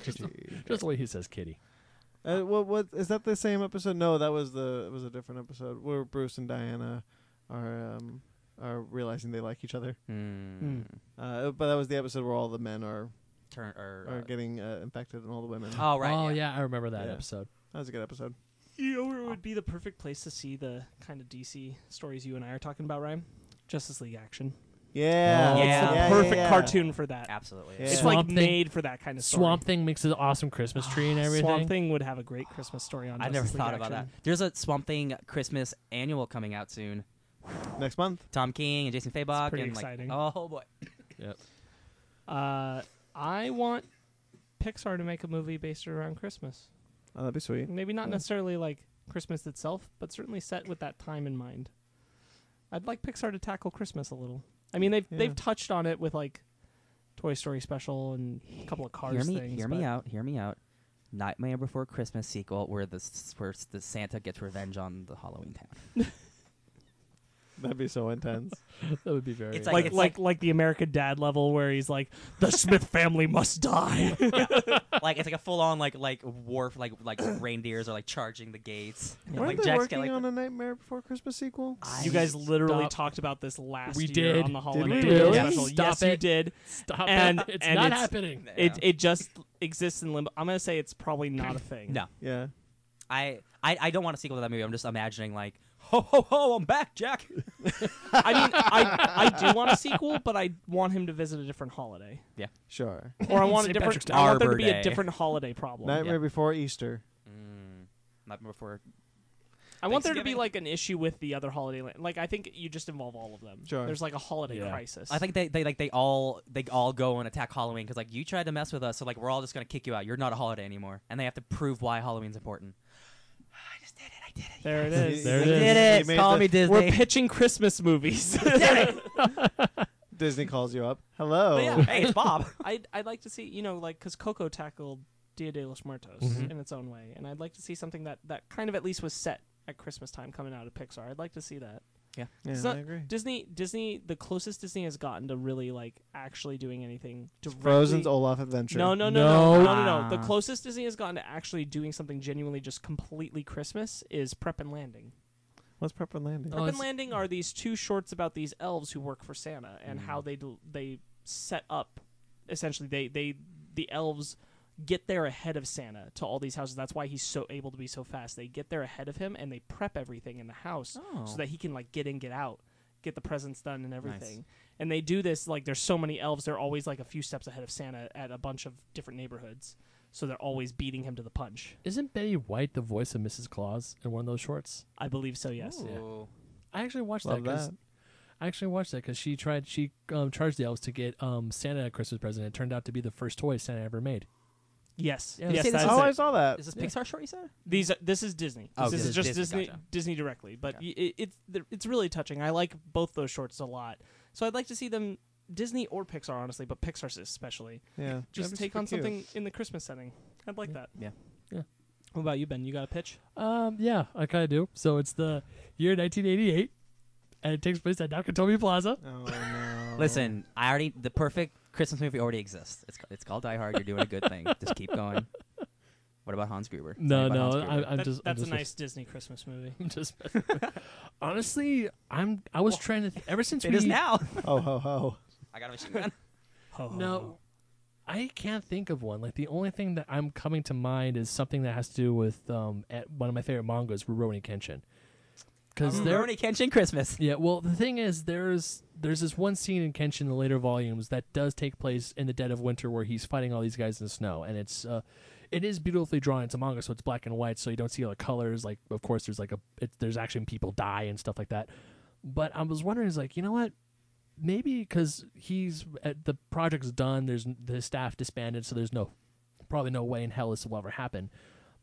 Just,
Gee.
just the way he says kitty.
Uh, what what is that the same episode? No, that was the it was a different episode where Bruce and Diana are um are realizing they like each other.
Hmm.
Uh, but that was the episode where all the men are
Turn or,
are
uh,
getting uh, infected and all the women.
oh right.
oh
yeah.
yeah. I remember that
Yeah.
episode.
That was a good episode.
You know where it would be the perfect place to see the kind of DC stories you and I are talking about, Ryan? Justice League action.
Yeah,
Oh,
It's
Yeah.
the
yeah,
perfect
yeah.
cartoon for that.
Absolutely.
Yeah.
It's like
Swamp Thing-
made for that kind of story. Ah,
Swamp Thing makes an awesome Christmas tree and everything.
Swamp Thing would have a great Christmas story on
I never
Justice League
thought about that.
Action.
There's a Swamp Thing Christmas annual coming out soon.
Next month.
Tom King and Jason Fabok
pretty
and
exciting.
like oh boy.
Yep.
Uh I want Pixar to make a movie based around Christmas.
Oh, that'd be sweet.
maybe not
Yeah.
necessarily like Christmas itself, but certainly set with that time in mind. I'd like Pixar to tackle Christmas a little. I mean, they've
Yeah.
they've touched on it with like Toy Story special and a couple of Cars
hear me,
things.
hear
but
me out, hear me out. Nightmare Before Christmas sequel where the s- where s- the Santa gets revenge on the Halloween town.
That'd be so intense.
That would be very.
It's
like
it's
like
like-
like the American Dad level where he's like, the Smith family must die.
like it's like a full on like like wharf like like reindeers are like charging the gates. And,
Weren't
like
they
Jack's
working
got,
on
like,
a Nightmare Before Christmas sequel?
you guys literally
Stop.
talked about this last
We
year
did.
on the
Did
holiday
we
Special.
really?
Yes,
Stop
you
it.
did.
Stop
and-
it! It's
and
not
it's-
happening.
the-
It it just exists in limbo. I'm gonna say it's probably not a thing.
No.
Yeah.
I, I I don't want a sequel to that movie. I'm just imagining like ho ho ho, I'm back, Jack.
I mean, I I do want a sequel, but I want him to visit a different holiday,
Sure.
or I want a
St. Patrick's
different.
Day.
I want there to be
Arbor
a
Day.
different holiday problem.
Nightmare Before Easter.
Mm, not before.
I want there to be
Thanksgiving.
like an issue with the other holiday. Land. Like I think you just involve all of them.
Sure.
There's like a holiday
Yeah.
crisis.
I think they, they like they all they all go and attack Halloween because like you tried to mess with us, so like we're all just gonna kick you out. You're not a holiday anymore, and they have to prove why Halloween's important. I just did it. I did it.
there it
You-
is.
There it
you
is.
Did it.
made
Call
the-
me Disney.
We're pitching Christmas movies.
Disney calls you up. Hello.
But yeah, hey, it's Bob.
I'd I'd like to see you know like because Coco tackled Dia de los Muertos
Mhm.
in its own way, and I'd like to see something that that kind of at least was set at Christmas time coming out of Pixar. I'd like to see that.
Yeah,
It's not-
I agree.
Disney Disney the closest Disney has gotten to really like actually doing anything directly.
Frozen's Olaf Adventure.
No, no, no, no, no,
No.
no, no. The
Ah.
closest Disney has gotten to actually doing something genuinely just completely Christmas is Prep and Landing.
What's Prep and Landing?
Oh,
Prep and
it's-
Landing are these two shorts about these elves who work for Santa and
Mm.
how they do, they set up essentially they they the elves get there ahead of Santa to all these houses. That's why he's so able to be so fast. They get there ahead of him and they prep everything in the
Oh.
house
Oh.
so that he can like get in, get out, get the presents done and everything. And they do this like there's so many elves, they're always like a few steps ahead of Santa at a bunch of different neighborhoods. So they're always beating him to the punch.
Isn't Betty White the voice of Mrs. Claus in one of those shorts?
I believe so, yes.
Ooh.
I actually watched
Love
that. 'cause-
that.
I actually watched that because she tried. She um, charged the elves to get um, Santa a Christmas present. It turned out to be the first toy Santa ever made.
Yes.
Yeah,
yes,
see, this
that
is
is
Oh,
it.
I saw that.
Is this
Yeah.
Pixar short you said?
These are, this is Disney.
Oh,
this
this
is
is
just
Disney,
Disney
gotcha.
Disney directly, but
Okay.
y it, it's they're- it's really touching. I like both those shorts a lot. So I'd like to see them Disney or Pixar honestly, but Pixar especially.
Yeah.
Just
That'd be
take on
super cute.
something in the Christmas setting. I'd like that.
Yeah.
Yeah.
What about you, Ben? You got a pitch?
Um, yeah, I kind of do. So it's the year 1988, and it takes place at Nakatomi Plaza.
Oh no.
Listen, I already the perfect Christmas movie already exists. It's ca- it's called Die Hard. You're doing a good thing. Just keep going. What about Hans Gruber?
No,
What about
no,
Hans Gruber?
I, I'm
That-
just.
that's
I'm just
a nice Disney Christmas movie.
I'm just. Honestly, I'm. I was
Well,
trying to. Th- ever since
it
we
is now.
Oh ho ho.
I got a machine gun.
Ho, ho,
No,
ho.
I can't think of one. Like the only thing that I'm coming to mind is something that has to do with um at one of my favorite mangas, Rurouni Kenshin. Because
Mm.
there,
Rurouni Kenshin Christmas.
yeah. Well, the thing is, there's there's this one scene in Kenshin, the later volumes, that does take place in the dead of winter, where he's fighting all these guys in the snow, and it's uh, it is beautifully drawn. It's a manga, so it's black and white, so you don't see all the colors. Like, of course, there's like a it, there's actually people die and stuff like that. But I was wondering, is like, you know what? Maybe because he's at the project's done, there's n- the staff disbanded, so there's no probably no way in hell this will ever happen.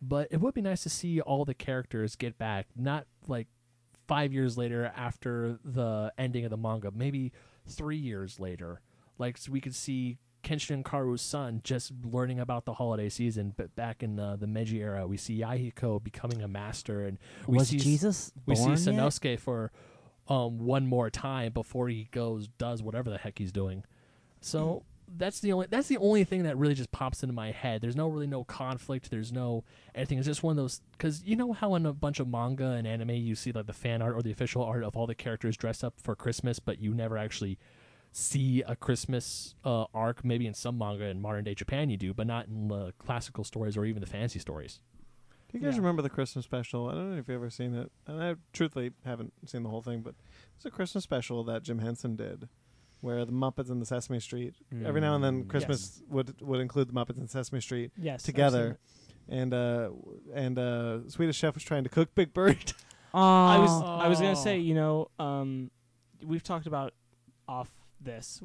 But it would be nice to see all the characters get back, not like five years later after the ending of the manga, maybe three years later. Like so we could see Kenshin and Karu's son just learning about the holiday season, but back in uh, the, the Meiji era, we see Yahiko becoming a master, and we see we see Sanosuke for um, one more time before he goes does whatever the heck he's doing. So that's the only that's the only thing that really just pops into my head. There's no really no conflict. There's no anything. It's just one of those because you know how in a bunch of manga and anime you see like the fan art or the official art of all the characters dressed up for Christmas, but you never actually see a Christmas uh, arc. Maybe in some manga in modern day Japan you do, but not in the classical stories or even the fantasy stories.
Do you guys
Yeah.
remember the Christmas special? I don't know if you've ever seen it, and I truthfully haven't seen the whole thing, but it's a Christmas special that Jim Henson did, where the Muppets and the Sesame Street. Every now and then,
Mm.
Christmas would would include the Muppets and Sesame Street
Yes. I've seen
together,
it.
and uh, w- and uh, Swedish Chef was trying to cook Big Bird.
I was I was gonna say you know um, we've talked about off this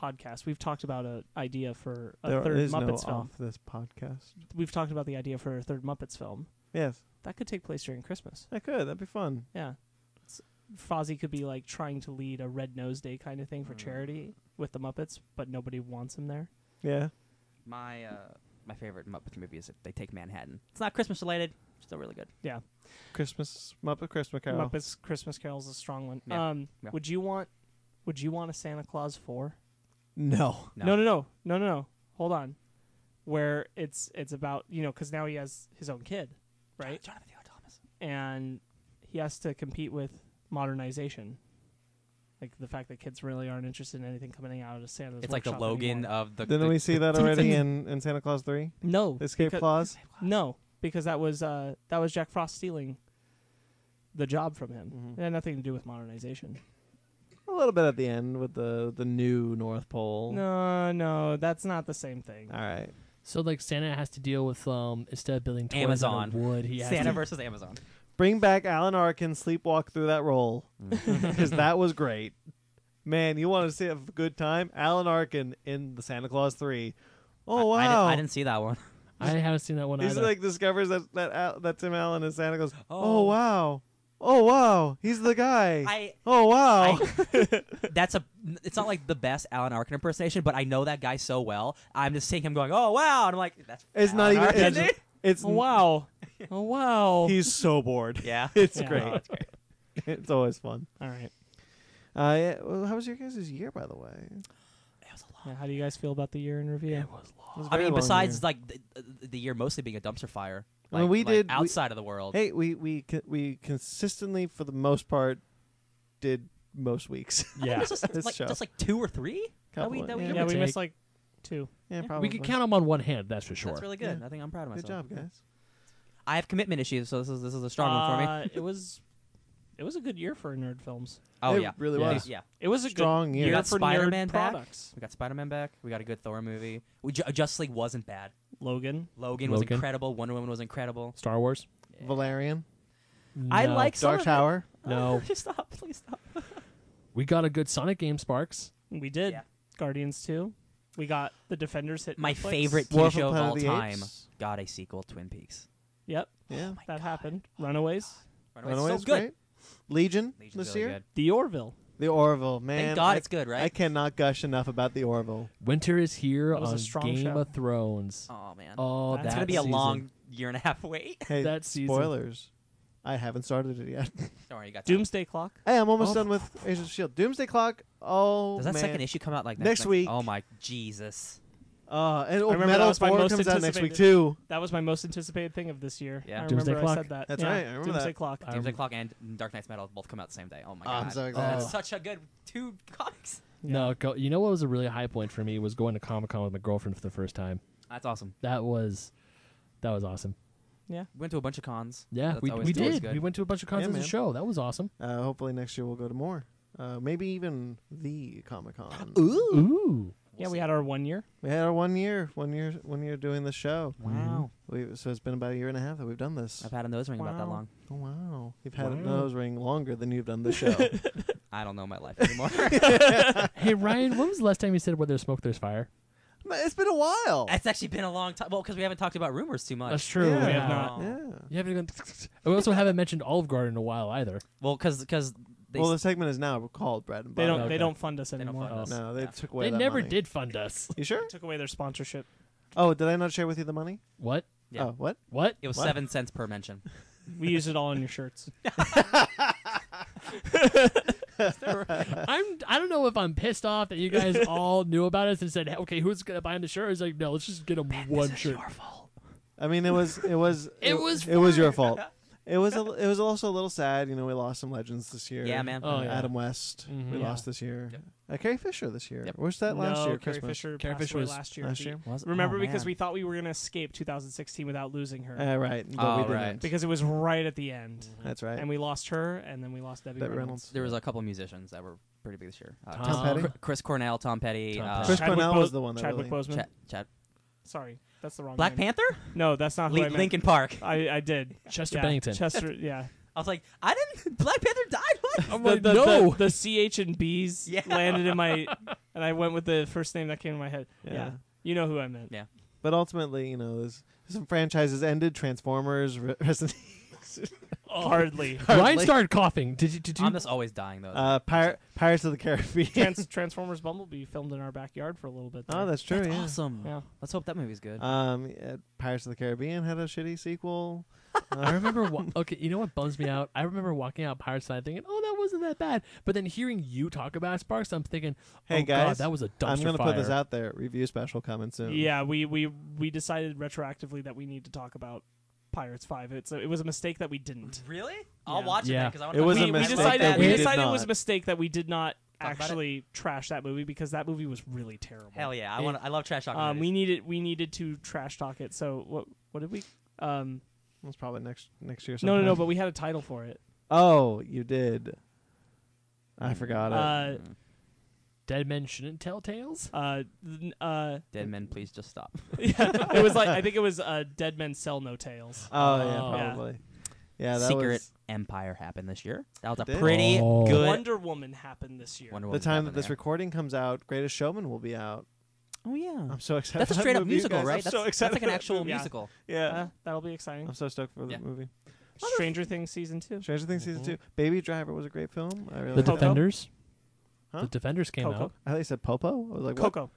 podcast we've talked about a idea for a
There
third
is no
Muppets film.
off this podcast.
We've talked about the idea for a third Muppets film
Yes,
that could take place during Christmas.
I could. That'd be fun.
Yeah. It's- Fozzie could be like trying to lead a Red Nose Day kind of
Mm.
thing for charity with the Muppets, but nobody wants him there.
Yeah.
My uh, my favorite Muppet movie is They Take Manhattan. It's not Christmas related. Still really good.
Yeah.
Christmas Muppet Christmas Carol.
Muppets Christmas Carol's a strong one.
Yeah.
Um,
Yeah.
would you want would you want a Santa Claus 4?
No.
No.
No, no, no. No, no, no. Hold on. Where it's it's about, you know, cuz now he has his own kid, right?
Jonathan Theo Thomas.
And he has to compete with modernization. Like the fact that kids really aren't interested in anything coming out of Santa's
It's like the
workshop
Logan uh,
anymore.
of the.
Didn't
the-
we see that
the-
already in, in Santa Claus Three?
No.
Escape
because-
clause.
No, because that was uh that was Jack Frost stealing the job from him.
Mhm.
Mm-hmm.
It had nothing to do with modernization.
A little bit at the end with the the new North Pole.
No, no, that's not the same thing.
Uh,
All right.
So like Santa has to deal with um instead of building toys out
Amazon.
of wood, he has
Santa
to,
versus Amazon.
Bring back Alan Arkin. Sleepwalk through that role
Mm.
because that was great. Man, you want to see a good time? Alan Arkin in the Santa Claus Three. Oh
I- I, didn't-
wow!
I, didn't see that one.
I haven't seen that one
He's
either.
like discovers that that Al, that Tim Allen is Santa Claus. Oh.
Oh.
wow! Oh wow! He's the guy.
I.
oh wow!
I- that's a. It's not like the best Alan Arkin impersonation, but I know that guy so well. I'm just seeing him going, "Oh wow!" And I'm like, "That's
it's not
Alan
even.
Arkin,
It's,
dude."
it's
Oh, wow. Oh wow.
He's so bored.
Yeah.
It's
Yeah.
great. it's always fun.
All right.
Uh, yeah, well, how was your guys' year, by the way? It
It was a lot.
Yeah, how do you guys feel about the year in review? It was long.
was a
I
very
mean,
long
besides
year.
like the, the- the year mostly being a dumpster fire.
I mean,
Like,
we
like,
did- we-
outside of the world.
hey, we we co- we consistently, for the most part, did most weeks.
yeah.
This was
This
like
show.
just like two or three.
Couple
we-
of-
that we
yeah,
did.
Yeah, we
Take-
missed like two.
yeah, probably.
we could count them on one hand, that's for sure.
That's really
Yeah.
good. I think I'm proud of myself.
Good job, guys.
I have commitment issues, so this is this is a strong one for me.
Uh, it was it was a good year for nerd films.
Oh
it
yeah,
really
Yeah.
was.
yeah.
It was a
Strong
good
year.
year
We got
for
Spider-Man
nerd
back.
products.
We got Spider Man back. We got a good Thor movie. We ju- Justice League wasn't bad.
Logan.
Logan, was
Logan.
incredible. Wonder Woman was incredible.
Star Wars.
Valerian,
I
No.
like some
Dark
of it.
Tower.
No.
Please stop. Please stop.
We got a good Sonic game, Sparks.
We did.
Yeah.
Guardians 2. We got The Defenders hit
My
Netflix.
favorite Oh TV
War from
show of
Planet
all
the
time.
Apes.
Got a sequel, Twin Peaks.
Yep,
Yeah,
my
that
God.
happened. Runaways.
Runaways,
Runaways,
so good.
great. Legion
Legion's
this
really
year.
good.
The Orville.
The Orville, man.
Thank God
I,
it's good,
I
right?
cannot gush enough about the Orville.
Winter is here
That was a
on
strong
Game
show.
of Thrones.
oh man,
Oh,
That's
it's
that
gonna be a
season.
long year and a half wait.
Hey,
That season.
spoilers. I haven't started it yet.
Don't worry, you got time.
Doomsday Clock.
hey, I'm almost
Oh.
done with Agents of Shield. E Doomsday Clock. Oh
Does that
man.
second issue come out like
Next week.
Oh my Jesus.
Uh, and oh,
remember that
Metal
was my
Four
most
comes out next week
anticipated.
too.
That was my most anticipated thing of this year.
Yeah.
I
Doomsday
remember I
Clock.
said that.
That's
Yeah,
right, I remember
Doomsday
that.
Clock.
I
Doomsday
rem-
Clock and Dark Knight's Metal both come out the same day. Oh my
Oh,
god.
I'm so excited.
That's such a good two comics.
No, go, you know what was a really high point for me was going to Comic Con with my girlfriend for the first time.
That's awesome.
That was, that was awesome.
We went to a bunch of cons.
Yeah,
That's
we,
always-
we
it's always
did.
good.
We went to a bunch of cons
Yeah,
as a
man.
show. That was awesome.
Uh, hopefully next year we'll go to more. Uh, maybe even the Comic Con.
Ooh.
Yeah, we had our one year.
We had our one year, one year, one year doing the show.
Mm-hmm.
Wow.
We, so it's been about a year and a half that we've done this.
I've had a nose ring about that
Wow.
long.
Oh wow, you've had a
Wow.
nose ring longer than you've done the show.
I don't know my life anymore.
hey Ryan, when was the last time you said where there's smoke, there's fire?
Man, it's been a while.
That's actually been a long time. Well, because we haven't talked about rumors too much.
That's true.
Yeah.
We have
Yeah.
not.
Oh.
yeah.
You haven't even. and we also haven't mentioned Olive Garden in a while either.
Well, because because they
well,
s-
the segment is now called Bread and
They
Butter.
don't.
Okay.
They don't fund us
don't
anymore.
fund us.
No, they
Yeah.
took away.
they
that
never
money.
did fund us.
You sure?
Took away their sponsorship.
Oh, did I not share with you the money?
What?
Yeah.
Oh, what?
What?
it was
What?
seven cents per mention.
We used it all on your shirts.
I'm. I don't know if I'm pissed off that you guys all knew about us and said, hey, "Okay, who's gonna buy him the shirt?" It's like, no, let's just get him one shirt.
fault.
I mean, it was it was
It was
it was your fault. It was a, it was also a little sad. You know, we lost some legends this year.
Yeah, man.
Oh,
Uh,
yeah.
Adam West,
Mhm.
we
Yeah.
lost this year.
Yep.
Uh, Carrie Fisher this year.
Yep.
Where's that last
no,
year?
Carrie
Christmas.
Fisher
Carrie
passed
Fisher
away
was
last year.
last
She-
year.
Was-
Remember,
oh,
because
man.
we thought we were gonna escape 2016 without losing her,
Uh, right, but
Oh,
we didn't.
right.
because it was right at the end,
That's right.
and we lost her, and then we lost Debbie
Debbie
Reynolds.
there was a couple musicians that were pretty big this year. Uh,
Tom
Chris-
Petty?
Chr- Chris Cornell, Tom Petty,
Tom
uh,
Petty.
Chris
Chadwick
Cornell was
Bo-
the one that
Chadwick
really.
Boseman.
Chad, Chad,
Sorry, that's the wrong.
Black
name.
Panther,
No, that's not who
Le-
I meant.
Lincoln Park.
I, I did.
Chester
yeah,
Bennington.
Chester. Yeah.
I was like, I didn't. Black Panther died. What?
I'm
the,
like,
the,
no.
the, the CH and B's
Yeah.
landed in my, and I went with the first name that came to my head.
Yeah.
Yeah. You know who I meant.
Yeah.
But ultimately, you know, there's some franchises ended. Transformers, Re- Resident
Hardly.
Ryan started coughing. Did you? Did you?
I'm just always dying though.
uh, Pir- Pirates of the Caribbean.
Trans- Transformers Bumblebee filmed in our backyard for a little bit.
oh,
there.
that's true.
That's
yeah.
awesome.
Yeah.
Let's hope that movie's good.
Um, yeah, Pirates of the Caribbean had a shitty sequel.
I remember. Wa- okay, you know what bums me out? I remember walking out Pirates Side thinking, "Oh, that wasn't that bad," but then hearing you talk about Sparks, I'm thinking,
Hey,
"Oh
guys,
God, that was a dumpster
I'm gonna
fire."
put this out there. Review special coming soon.
Yeah, we we we decided retroactively that we need to talk about Pirates Five. It's a, it was a mistake that we didn't.
Really?
I'll
I'll
Um, Yeah. watch
watch
it
it
then, Yeah.
because I want
It was
we,
a
we
mistake
decided
that
we,
we did
decided it was
not.
a mistake that we did not
Talk about it?
actually trash that movie because that movie was really terrible.
Hell yeah! I
It-
want. I love trash talk.
Um, we
movies.
needed we needed to trash talk it. So what what did we? Um,
That's probably next next year.
no no no,
sometime.
but we had a title for it.
oh, you did. I forgot it.
Uh,
Mm.
Dead men shouldn't tell tales.
uh, th- uh,
Dead men, please just stop.
yeah, it was like I think it was uh, Dead Men Sell No Tales.
oh yeah,
oh.
Yeah.
probably. Yeah, that
Secret
was
Empire happened this year. That was a
Did?
pretty
Oh.
good.
Wonder Woman happened this year.
Wonder
the
Woman
time that
happened
this
there.
recording comes out. Greatest Showman will be out.
oh yeah.
I'm so excited.
That's
for
a
that
straight up
movie, you
musical,
guys.
right?
I'm
that's,
so excited.
that's like an
for that
actual
movie.
Yeah.
musical.
Yeah,
Uh, that'll be exciting.
I'm so stoked for the
Yeah. Mm-hmm.
movie.
Stranger Things season two.
Stranger Things
Mhm.
season two. Baby Driver was a great film. I really
The
liked it.
Coco?
Defenders.
Huh?
The Defenders came
Coco.
out.
I thought you said Popo. I was like, what?
Coco.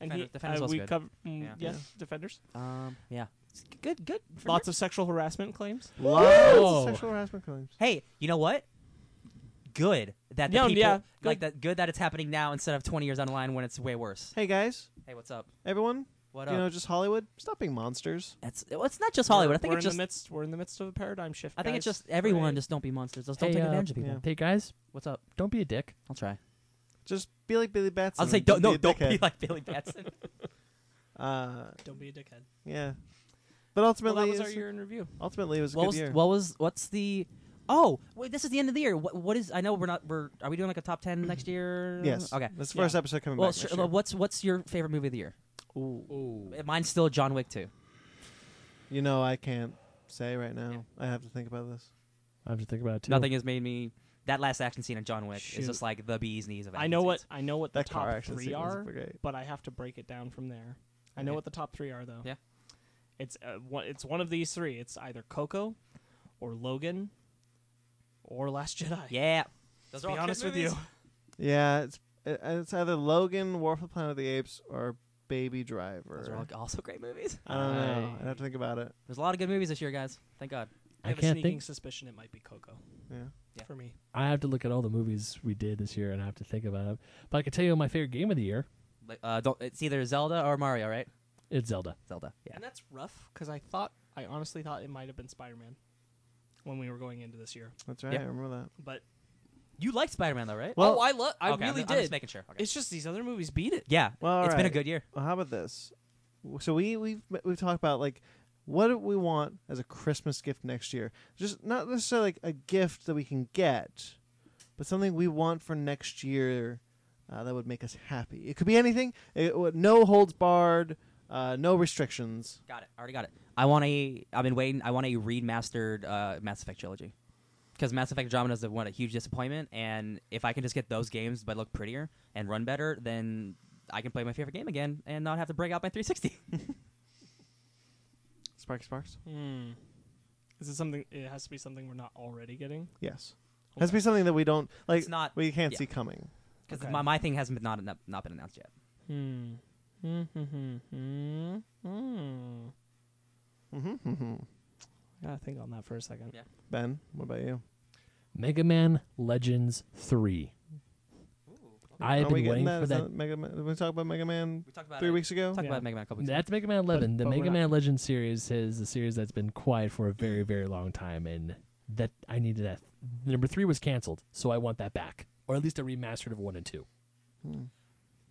And he,
Defender- Defender's
uh,
also
we
good.
cover mm,
Yeah.
yeah,
Yeah.
defenders.
Um, yeah. It's g- good, good. for
Lots of sexual harassment claims.
Lots
Whoa.
of sexual harassment claims.
nerds. Hey, you know what? Good that the
Yeah,
people
yeah,
like
good.
that. Good that it's happening now instead of 20 years down the line when it's way worse.
Hey guys,
Hey, what's up?
everyone.
What
you know,
up?
just Hollywood. Stop being monsters.
That's well, it's not just Hollywood.
We're,
I think
we're
it's
in
just.
the midst. We're in the midst of a paradigm shift.
I think it's
guys.
just everyone.
Right.
Just don't be monsters. Just
Hey,
don't take
uh,
advantage of people.
yeah.
Hey guys,
What's up?
don't be a dick.
I'll try.
Just be like Billy Batson.
I'll say
and
don't. No,
a
don't be
dickhead.
like Billy Batson.
Uh,
don't be a dickhead.
yeah. But
Well,
ultimately,
that was our
it's-
year in review.
ultimately, it was a
what
good
was
year.
what was what's the? Oh, wait, this is the end of the year. What, what is? I know we're not. We're are we doing like a top ten next year?
yes.
Okay.
That's the
Yeah.
first episode coming
Well,
back.
sh-
next
well,
year.
what's what's your favorite movie of the year?
Ooh.
Mine's still John Wick 2.
You know, I can't say right now. I have to think about this.
I have to think about it too.
Nothing has made me. That last action scene in John Wick
Shoot.
is just like the bee's knees of.
I
action
know what
scenes.
I know what the
That car
top
action
three
scene was
are,
great.
but I have to break it down from there. I know
Okay.
what the top three are though.
Yeah.
It's uh, one, it's one of these three. It's either Coco, or Logan, or Last Jedi.
Yeah. Those
To
are all
be
kid
honest with
movies.
you,
Yeah, it's it, it's either Logan, War for the Planet of the Apes, or Baby Driver.
Those are all also great movies.
I don't know.
I-
I'd have to think about it.
There's a lot of good movies this year, guys. Thank God.
I
I
have a
can't
sneaking
think.
suspicion it might be Coco
Yeah.
Yeah.
for me.
I have to look at all the movies we did this year and I have to think about it. But I can tell you my favorite game of the year.
Like, Uh, don't, it's either Zelda or Mario, right?
It's Zelda.
Zelda. Yeah.
And that's rough because I thought, I honestly thought it might have been Spider Man when we were going into this year.
That's right.
Yeah.
I remember that.
But
You liked Spider Man though, right?
Well-
oh, I love, I
Okay, I'm
really
ju- I'm
did.
just making sure. Okay.
it's just these other movies beat it.
yeah.
Well, all
it's been a
right.
good year.
Well, how about this? W- So we we've we've talked about like what do we want as a Christmas gift next year? Just not necessarily like a gift that we can get, but something we want for next year uh, that would make us happy. It could be anything. It, would- no holds barred. Uh, no restrictions.
Got it. Already got it. I want a. I've been waiting. I want a remastered uh, Mass Effect trilogy. Because Mass Effect Andromeda is the one a huge disappointment, and if I can just get those games but look prettier and run better, then I can play my favorite game again and not have to break out my 360.
Spark sparks.
Hmm. Is it something? It has to be something we're not already getting.
Yes. Has to be something that we don't like.
It's not-
we can't
yeah.
see coming.
Because
Okay.
my, my thing hasn't been not enough, not been announced yet.
Hmm. Hmm. Hmm. Hmm. Hmm.
Mm-hmm.
I gotta think on that for a second.
Yeah.
Ben, what about you?
Mega Man Legends 3. I've
Are we
been
getting
waiting
that?
for
Is
that.
Mega Man? Did we talk about Mega Man
We talked about
three
it.
weeks ago?
Talked
Yeah.
about Mega Man a couple weeks. ago.
That's Mega Man 11. the
but we're
Mega
not-
Man Legends series is a series that's been quiet for a very, very long time, and that I needed that. Number three was canceled, so I want that back, or at least a remastered of one and two.
Hmm.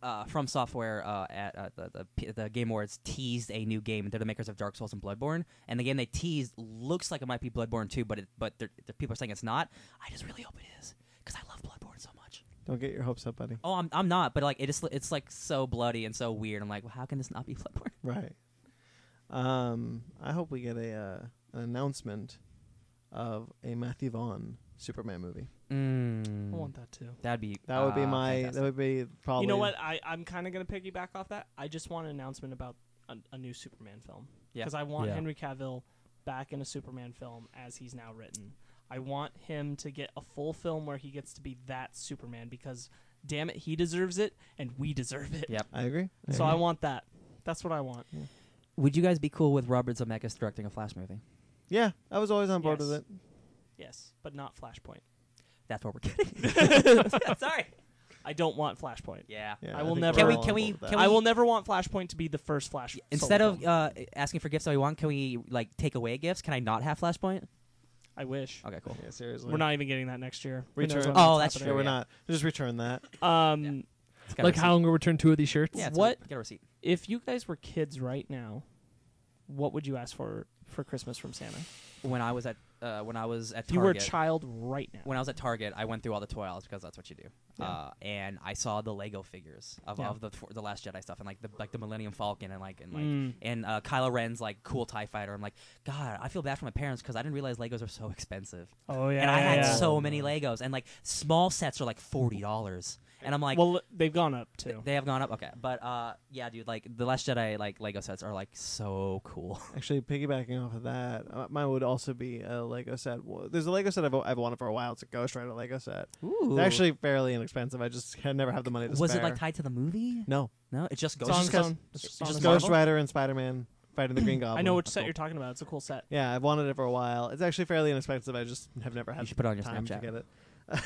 uh, from software uh, at uh, the, the, P- the Game Awards teased a new game. They're the makers of Dark Souls and Bloodborne, and the game they teased looks like it might be Bloodborne too, but it, but they're- the people are saying it's not. I just really hope it is because I love Bloodborne so much.
Don't get your hopes up, buddy.
Oh, I'm, I'm not, but like it is it's like so bloody and so weird. I'm like, well, how can this not be Bloodborne?
Right. Um, I hope we get a uh, an announcement of a Matthew Vaughn Superman movie.
I
Mm,
want that too.
that'd be
Hmm. That would be
uh,
my.
fantastic.
That would be probably.
You know what? I I'm kind of gonna piggyback off that. I just want an announcement about a, a new Superman film
Yeah.
because I want
Yeah.
Henry Cavill back in a Superman film as he's now written. I want him to get a full film where he gets to be that Superman because damn it, he deserves it and we deserve it.
Yeah.
I agree.
So I
agree.
want that. That's what I want.
Would you guys be cool with Robert Zemeckis directing a Flash movie?
Yeah, I was always on board with
Yes.
it.
Yes, but not Flashpoint.
That's what we're getting. Sorry.
I don't want Flashpoint.
Yeah.
Yeah,
I will
think
never- Can we-
we're all on
can we-
board with that.
can we-
I will never want Flashpoint to be the first Flash.
Instead
solo
of
film.
uh, asking for gifts that we want, can we like take away gifts? Can I not have Flashpoint?
I wish
Okay, cool.
Yeah, seriously.
we're not even getting that next year. Who knows
Return-
when
Oh, that's
Yeah,
true,
we're
yeah.
not. Just return that.
Um,
It's got a
Like
receipt.
how I'm gonna return two of these shirts.
Yeah, it's a-
what-
Get a receipt.
if you guys were kids right now, what would you ask for for Christmas from Santa?
When I was at uh, when I was at
If you were a
Target,
child right now,
when I was at Target, I went through all the toy aisles because that's what you do.
Yeah.
Uh, and I saw the Lego figures of,
Yeah.
of the the Last Jedi stuff and like the like the Millennium Falcon and like and like
Mm.
and uh, Kylo Ren's like cool Tie Fighter. I'm like, God, I feel bad for my parents because I didn't realize Legos are so expensive.
oh yeah,
and I had
yeah.
so many Legos, and like small sets are like forty dollars, and I'm like,
well, they've gone up too.
they have gone up. Okay, but uh, yeah, dude, like the Last Jedi like Lego sets are like so cool.
Actually, piggybacking off of that, uh, mine would also be a Lego set. W- There's a Lego set I've, I've wanted for a while. It's a Ghost Rider Lego set.
Ooh,
They're actually fairly inexpensive. I just had never have the money to
was it
spare.
like tied to the movie?
no,
No, it just goes.
Songs
just-
on-
It's
it's
on
just
the
Songs
Ghost
Marvel.
Rider and Spider Man fighting the Green Goblin.
I know which
That's
set
cool.
you're talking about. It's a cool set.
Yeah, I've wanted it for a while. It's actually fairly inexpensive. I just have never
You
had
should put it on your
time to
Snapchat.
get it.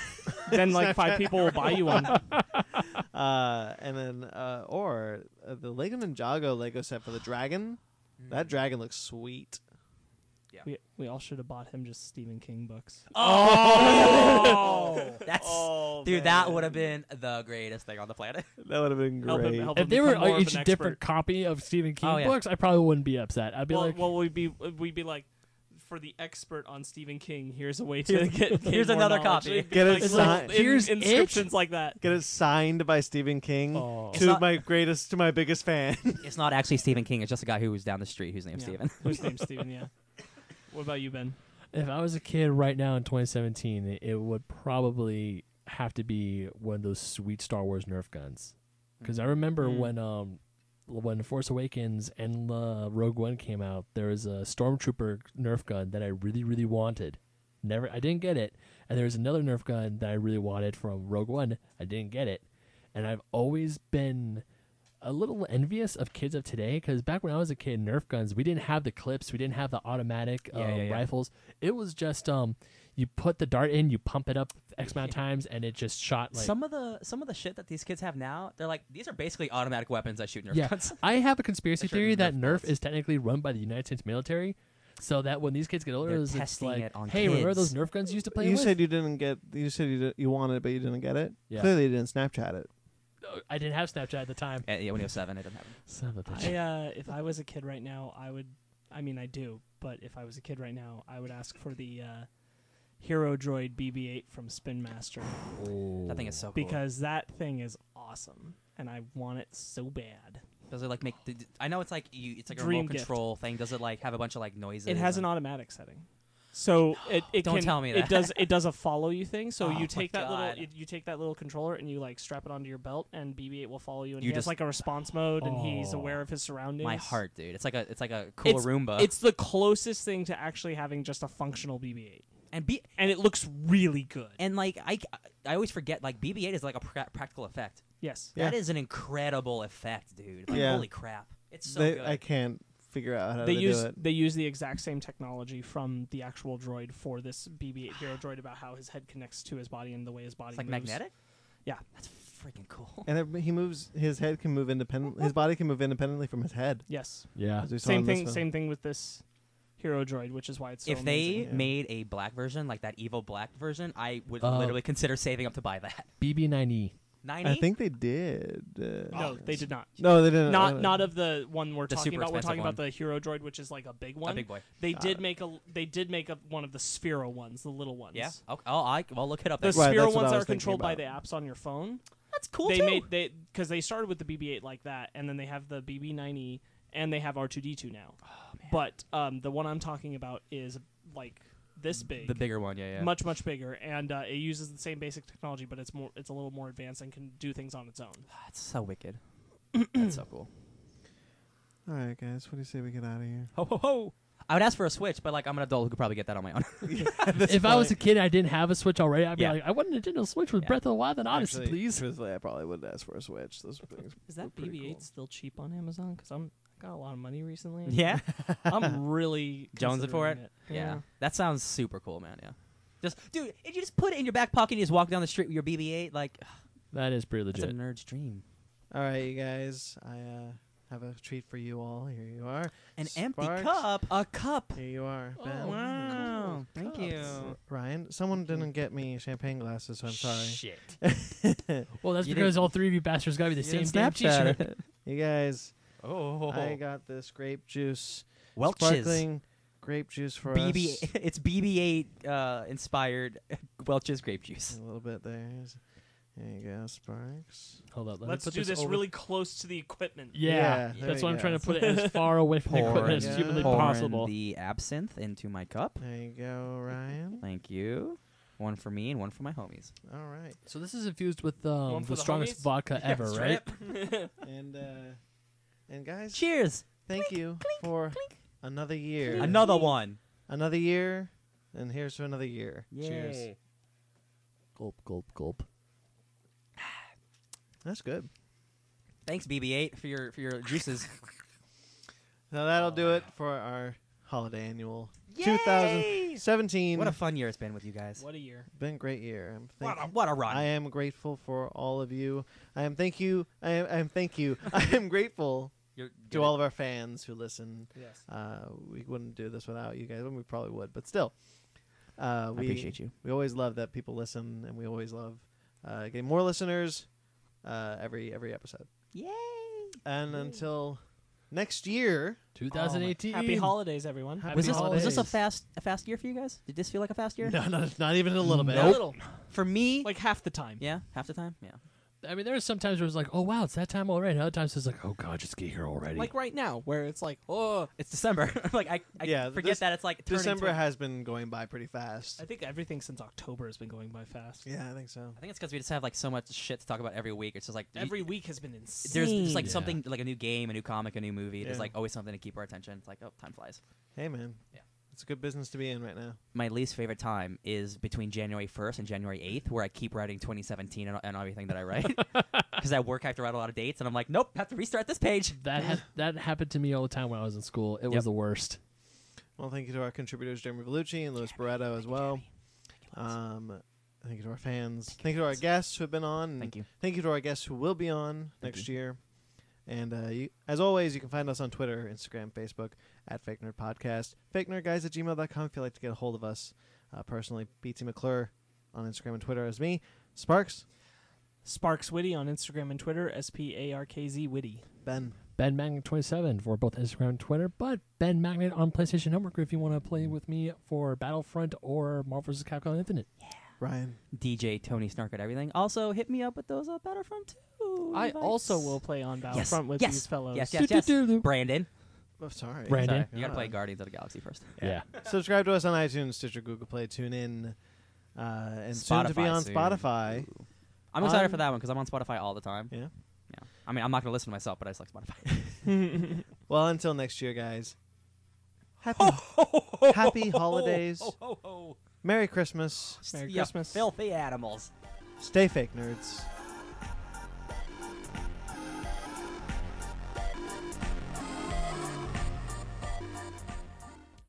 then like five people will buy you one.
Uh, and then, uh, or uh, the Lego Ninjago Lego set for the dragon.
Hmm.
That dragon looks sweet.
We, we all should have bought him just Stephen King books.
Oh, that's dude. That would have been the greatest thing on the planet.
That would have been
Help him-
great.
help
If
him
they
become more
were
of
uh, each
an
a
expert.
different copy of Stephen King
Oh, yeah.
books, I probably wouldn't be upset. I'd be
well,
like,
well, we'd be we'd be like, for the expert on Stephen King, here's a way to get. gain
here's
more
another
knowledge.
copy.
It'd be
Get it
like, little
signed.
in-
Here's it?
inscriptions like that.
Get it signed by Stephen King
Oh.
It's
to
not-
my greatest, to my biggest fan.
It's not actually Stephen King. It's just a guy who was down the street whose name's
Yeah.
Stephen.
Whose name's Stephen? Yeah. What about you, Ben?
if I was a kid right now in 2017, it- it would probably have to be one of those sweet Star Wars Nerf guns. Because I
Mm-hmm.
remember
Mm.
when um when Force Awakens and uh, Rogue One came out, there was a Stormtrooper Nerf gun that I really really wanted. Never, I didn't get it. And there was another Nerf gun that I really wanted from Rogue One. I didn't get it. And I've always been a little envious of kids of today because back when I was a kid, Nerf guns, we didn't have the clips, we didn't have the automatic
Yeah,
um,
yeah, yeah.
rifles. It was just um, you put the dart in, you pump it up X amount of times, and it just shot like.
some of the some of the shit that these kids have now, they're like these are basically automatic weapons that shoot Nerf
yeah,
guns.
I have a conspiracy
They sure
theory
do
that
Nerf
Nerf
guns.
is technically run by the United States military, so that when these kids get older,
They're
it's
testing
like,
it on
hey, remember
kids."
those Nerf guns you used to play
you
with?
said you didn't get. You said you did, you wanted, it, but you didn't get it.
Yeah.
Clearly, you didn't Snapchat it.
Uh, I didn't have Snapchat at the time.
Uh, yeah, when he was seven, it didn't happen.
Son of a bitch.
I, uh, if I was a kid right now, I would. I mean, I do. But if I was a kid right now, I would ask for the uh, Hero Droid BB-8 from Spin Master
Oh.
That thing is so cool.
because that thing is awesome, and I want it so bad.
Does it like make? The, I know it's like you. It's like a
Dream
remote
gift.
control thing. Does it like have a bunch of like noises?
It has an
and-
automatic setting, so it, it
Don't
can-
tell me
it
that.
does it does a follow you thing. So
Oh my
you take that
God.
little you, you take that little controller and you like strap it onto your belt, and BB-8 will follow you. And
You
he
just-
has like a response mode, and he's
Oh.
aware of his surroundings.
my heart, uh. dude. It's like a it's like a cool
It's-
Roomba.
It's the closest thing to actually having just a functional BB-8.
and B
and it looks really good.
and like I I always forget like BB-8 is like a pra- practical effect.
yes.
Yeah.
That is an incredible effect, dude. Like
Yeah.
holy crap, it's so
They-
good.
I can't figure out how
They
to
use
do it.
they use the exact same technology from the actual droid for this BB-8 Hero droid about how his head connects to his body and the way his body
it's like
moves.
magnetic.
Yeah.
that's freaking cool.
And it, he moves. His head can move independently. His body can move independently from his head.
Yes.
yeah.
as we saw
Same
in this
thing.
one.
Same thing with this Hero droid, which is why it's so
if they
amazing.
Yeah.
made a black version, like that evil black version, I would
Uh,
literally consider saving up to buy that.
BB9E.
Ninety.
I think they did. Uh,
no, they did not.
No, they didn't.
Not
Uh,
not of the one we're
The
talking
super
about. We're
expensive
talking
one.
about the Hero droid, which is like a big one.
a big boy.
They
Got
did
it.
make a they did make a, one of the Sphero ones, the little ones.
Yeah. Oh, oh, I well look it up.
The
then.
Right,
Sphero
that's what
ones
I was
are
thinking
controlled by the
about.
apps on your phone.
That's cool
they
too.
made they because they started with the BB-8 like that, and then they have the BB-90, and they have R2D2 now.
Oh,
But um, the one I'm talking about is like this big,
the bigger one, yeah, yeah.
much much bigger, and uh, it uses the same basic technology, but it's more it's a little more advanced and can do things on its own.
That's Ah, so wicked. That's so cool.
All right, guys. What do you say we get out of here?
Ho ho ho! I would ask for a Switch, but like I'm an adult who could probably get that on my own.
If I was a kid, and I didn't have a Switch already. I'd be
Yeah.
like, I want a Nintendo Switch with
Yeah.
Breath of the Wild and Odyssey,
Actually,
please.
Truthfully, I probably would ask for a Switch. Those things.
Is
that
that
Pretty
BB-8
BB-8 cool.
still cheap on Amazon? Because I'm Got a lot of money recently.
Yeah.
I'm really
Jonesing for
considering
Yeah. That sounds super cool, man. Yeah. Just, dude, if you just put it in your back pocket and you just walk down the street with your BB-8, like
That is pretty
that's a
legit.
nerd's dream.
All right, you guys. I uh, have a treat for you all. Here you are.
An
Sparks.
empty cup, a cup.
Here you are. Ben.
Oh,
wow.
cool.
Thank
Cups.
you.
Ryan, someone didn't get me champagne glasses, so I'm sorry.
Shit.
Well, that's
You
because all three of you bastards got me the same damn t-shirt.
Snapchat. you guys,
Oh.
I got this grape juice.
Welch's.
Sparkling grape juice for us.
BB, it's BB-8 uh, inspired Welch's grape juice.
A little bit there. There you go, Sparks.
Hold up. Let me
Let's
put
do this
over-
really close to the equipment.
Yeah,
Yeah,
that's
there
why
you
I'm
go.
trying to put it as far away from the equipment as
Pouring-
humanly
pouring
possible.
the absinthe into my cup.
There you go, Ryan.
Thank you. One for me and one for my homies.
All right.
So this is infused with
One
um,
for
the
the
strongest
homies?
vodka ever,
Oh,
right?
And uh and guys,
Cheers.
thank you for another year.
Another one.
another year. And here's to another year.
Cheers.
Gulp, gulp, gulp.
That's good.
Thanks BB-8 for your for your juices.
So that'll do it for our holiday annual 2017.
What a fun year it's been with you guys.
What a year.
been a great year. I'm thank-
What a what a
I
run.
am grateful for all of you. I am thank you. I am, I am thank you. I am grateful
You're
to
good.
all of our fans who listen
Yes.
Uh, we wouldn't do this without you guys. and We probably would, but still, uh, we
I appreciate you.
We always love that people listen, and we always love uh, getting more listeners uh, every every episode.
Yay.
And until next year,
2018.
Happy holidays, everyone.
Happy
Was this, was
holidays.
this a fast a fast year for you guys? Did this feel like a fast year?
no, no, not even a little bit.
A little.
For me,
Like half the time.
yeah, half the time. Yeah.
I mean, there are some times where it's like, oh wow, it's that time already. And Other times it's like, oh god, just get here already.
Like right now, where it's like, oh,
It's December. like I, I
Yeah,
forget
this-
that it's like turning
December
to-
has been going by pretty fast.
I think everything since October has been going by fast.
yeah, I think so.
I think it's because we just have like so much shit to talk about every week. It's just like you-
Every week has been insane.
there's just like
Yeah.
something like a new game, a new comic, a new movie. There's
Yeah.
like always something to keep our attention. It's like oh, time flies.
Hey, man.
Yeah.
it's a good business to be in right now.
My least favorite time is between January 1st and January 8th, where I keep writing 2017 and, and everything that I write because at work I have to write a lot of dates, and I'm like, nope, have to restart this page.
that ha- that happened to me all the time when I was in school. It
Yep.
was the worst.
Well, thank you to our contributors, Jeremy Vellucci and Louis Barretto, as well. Um, thank you to our fans. Thank you to our guests who have been on.
Thank you.
Thank you to our guests who will be on
Thank
next year. And uh, you, as always, you can find us on Twitter, Instagram, Facebook, at Fake Nerd Podcast. Fake Nerd Guys at gmail.com if you'd like to get a hold of us uh, personally. BT McClure on Instagram and Twitter as me. Sparks,
Sparks Witty on Instagram and Twitter, S P A R K Z Witty.
Ben.
Ben Magnet 27 for both Instagram and Twitter, but Ben Magnet on PlayStation Network if you want to play with me for Battlefront or Marvel vs. Capcom Infinite.
Ryan.
DJ Tony Snark at everything. Also, hit me up with those uh, Battlefront 2.
I
invites.
also will play on Battlefront with
yes,
these fellows.
yes, yes.
Do-do-do-do.
Brandon.
Oh, sorry.
Brandon.
Sorry, you gotta
God.
play Guardians of the Galaxy first.
Yeah.
Subscribe to us on iTunes, Stitcher, Google Play, TuneIn, uh, and soon to be
Spotify
on
soon.
Spotify.
I'm excited
I'm-
for that one because I'm on Spotify all the time.
Yeah.
Yeah. I mean, I'm not gonna listen to myself, but I just like Spotify.
Well, until next year, guys. Happy,
Oh.
happy holidays. Merry Christmas.
Merry
Yeah,
Christmas.
filthy animals.
Stay fake, nerds.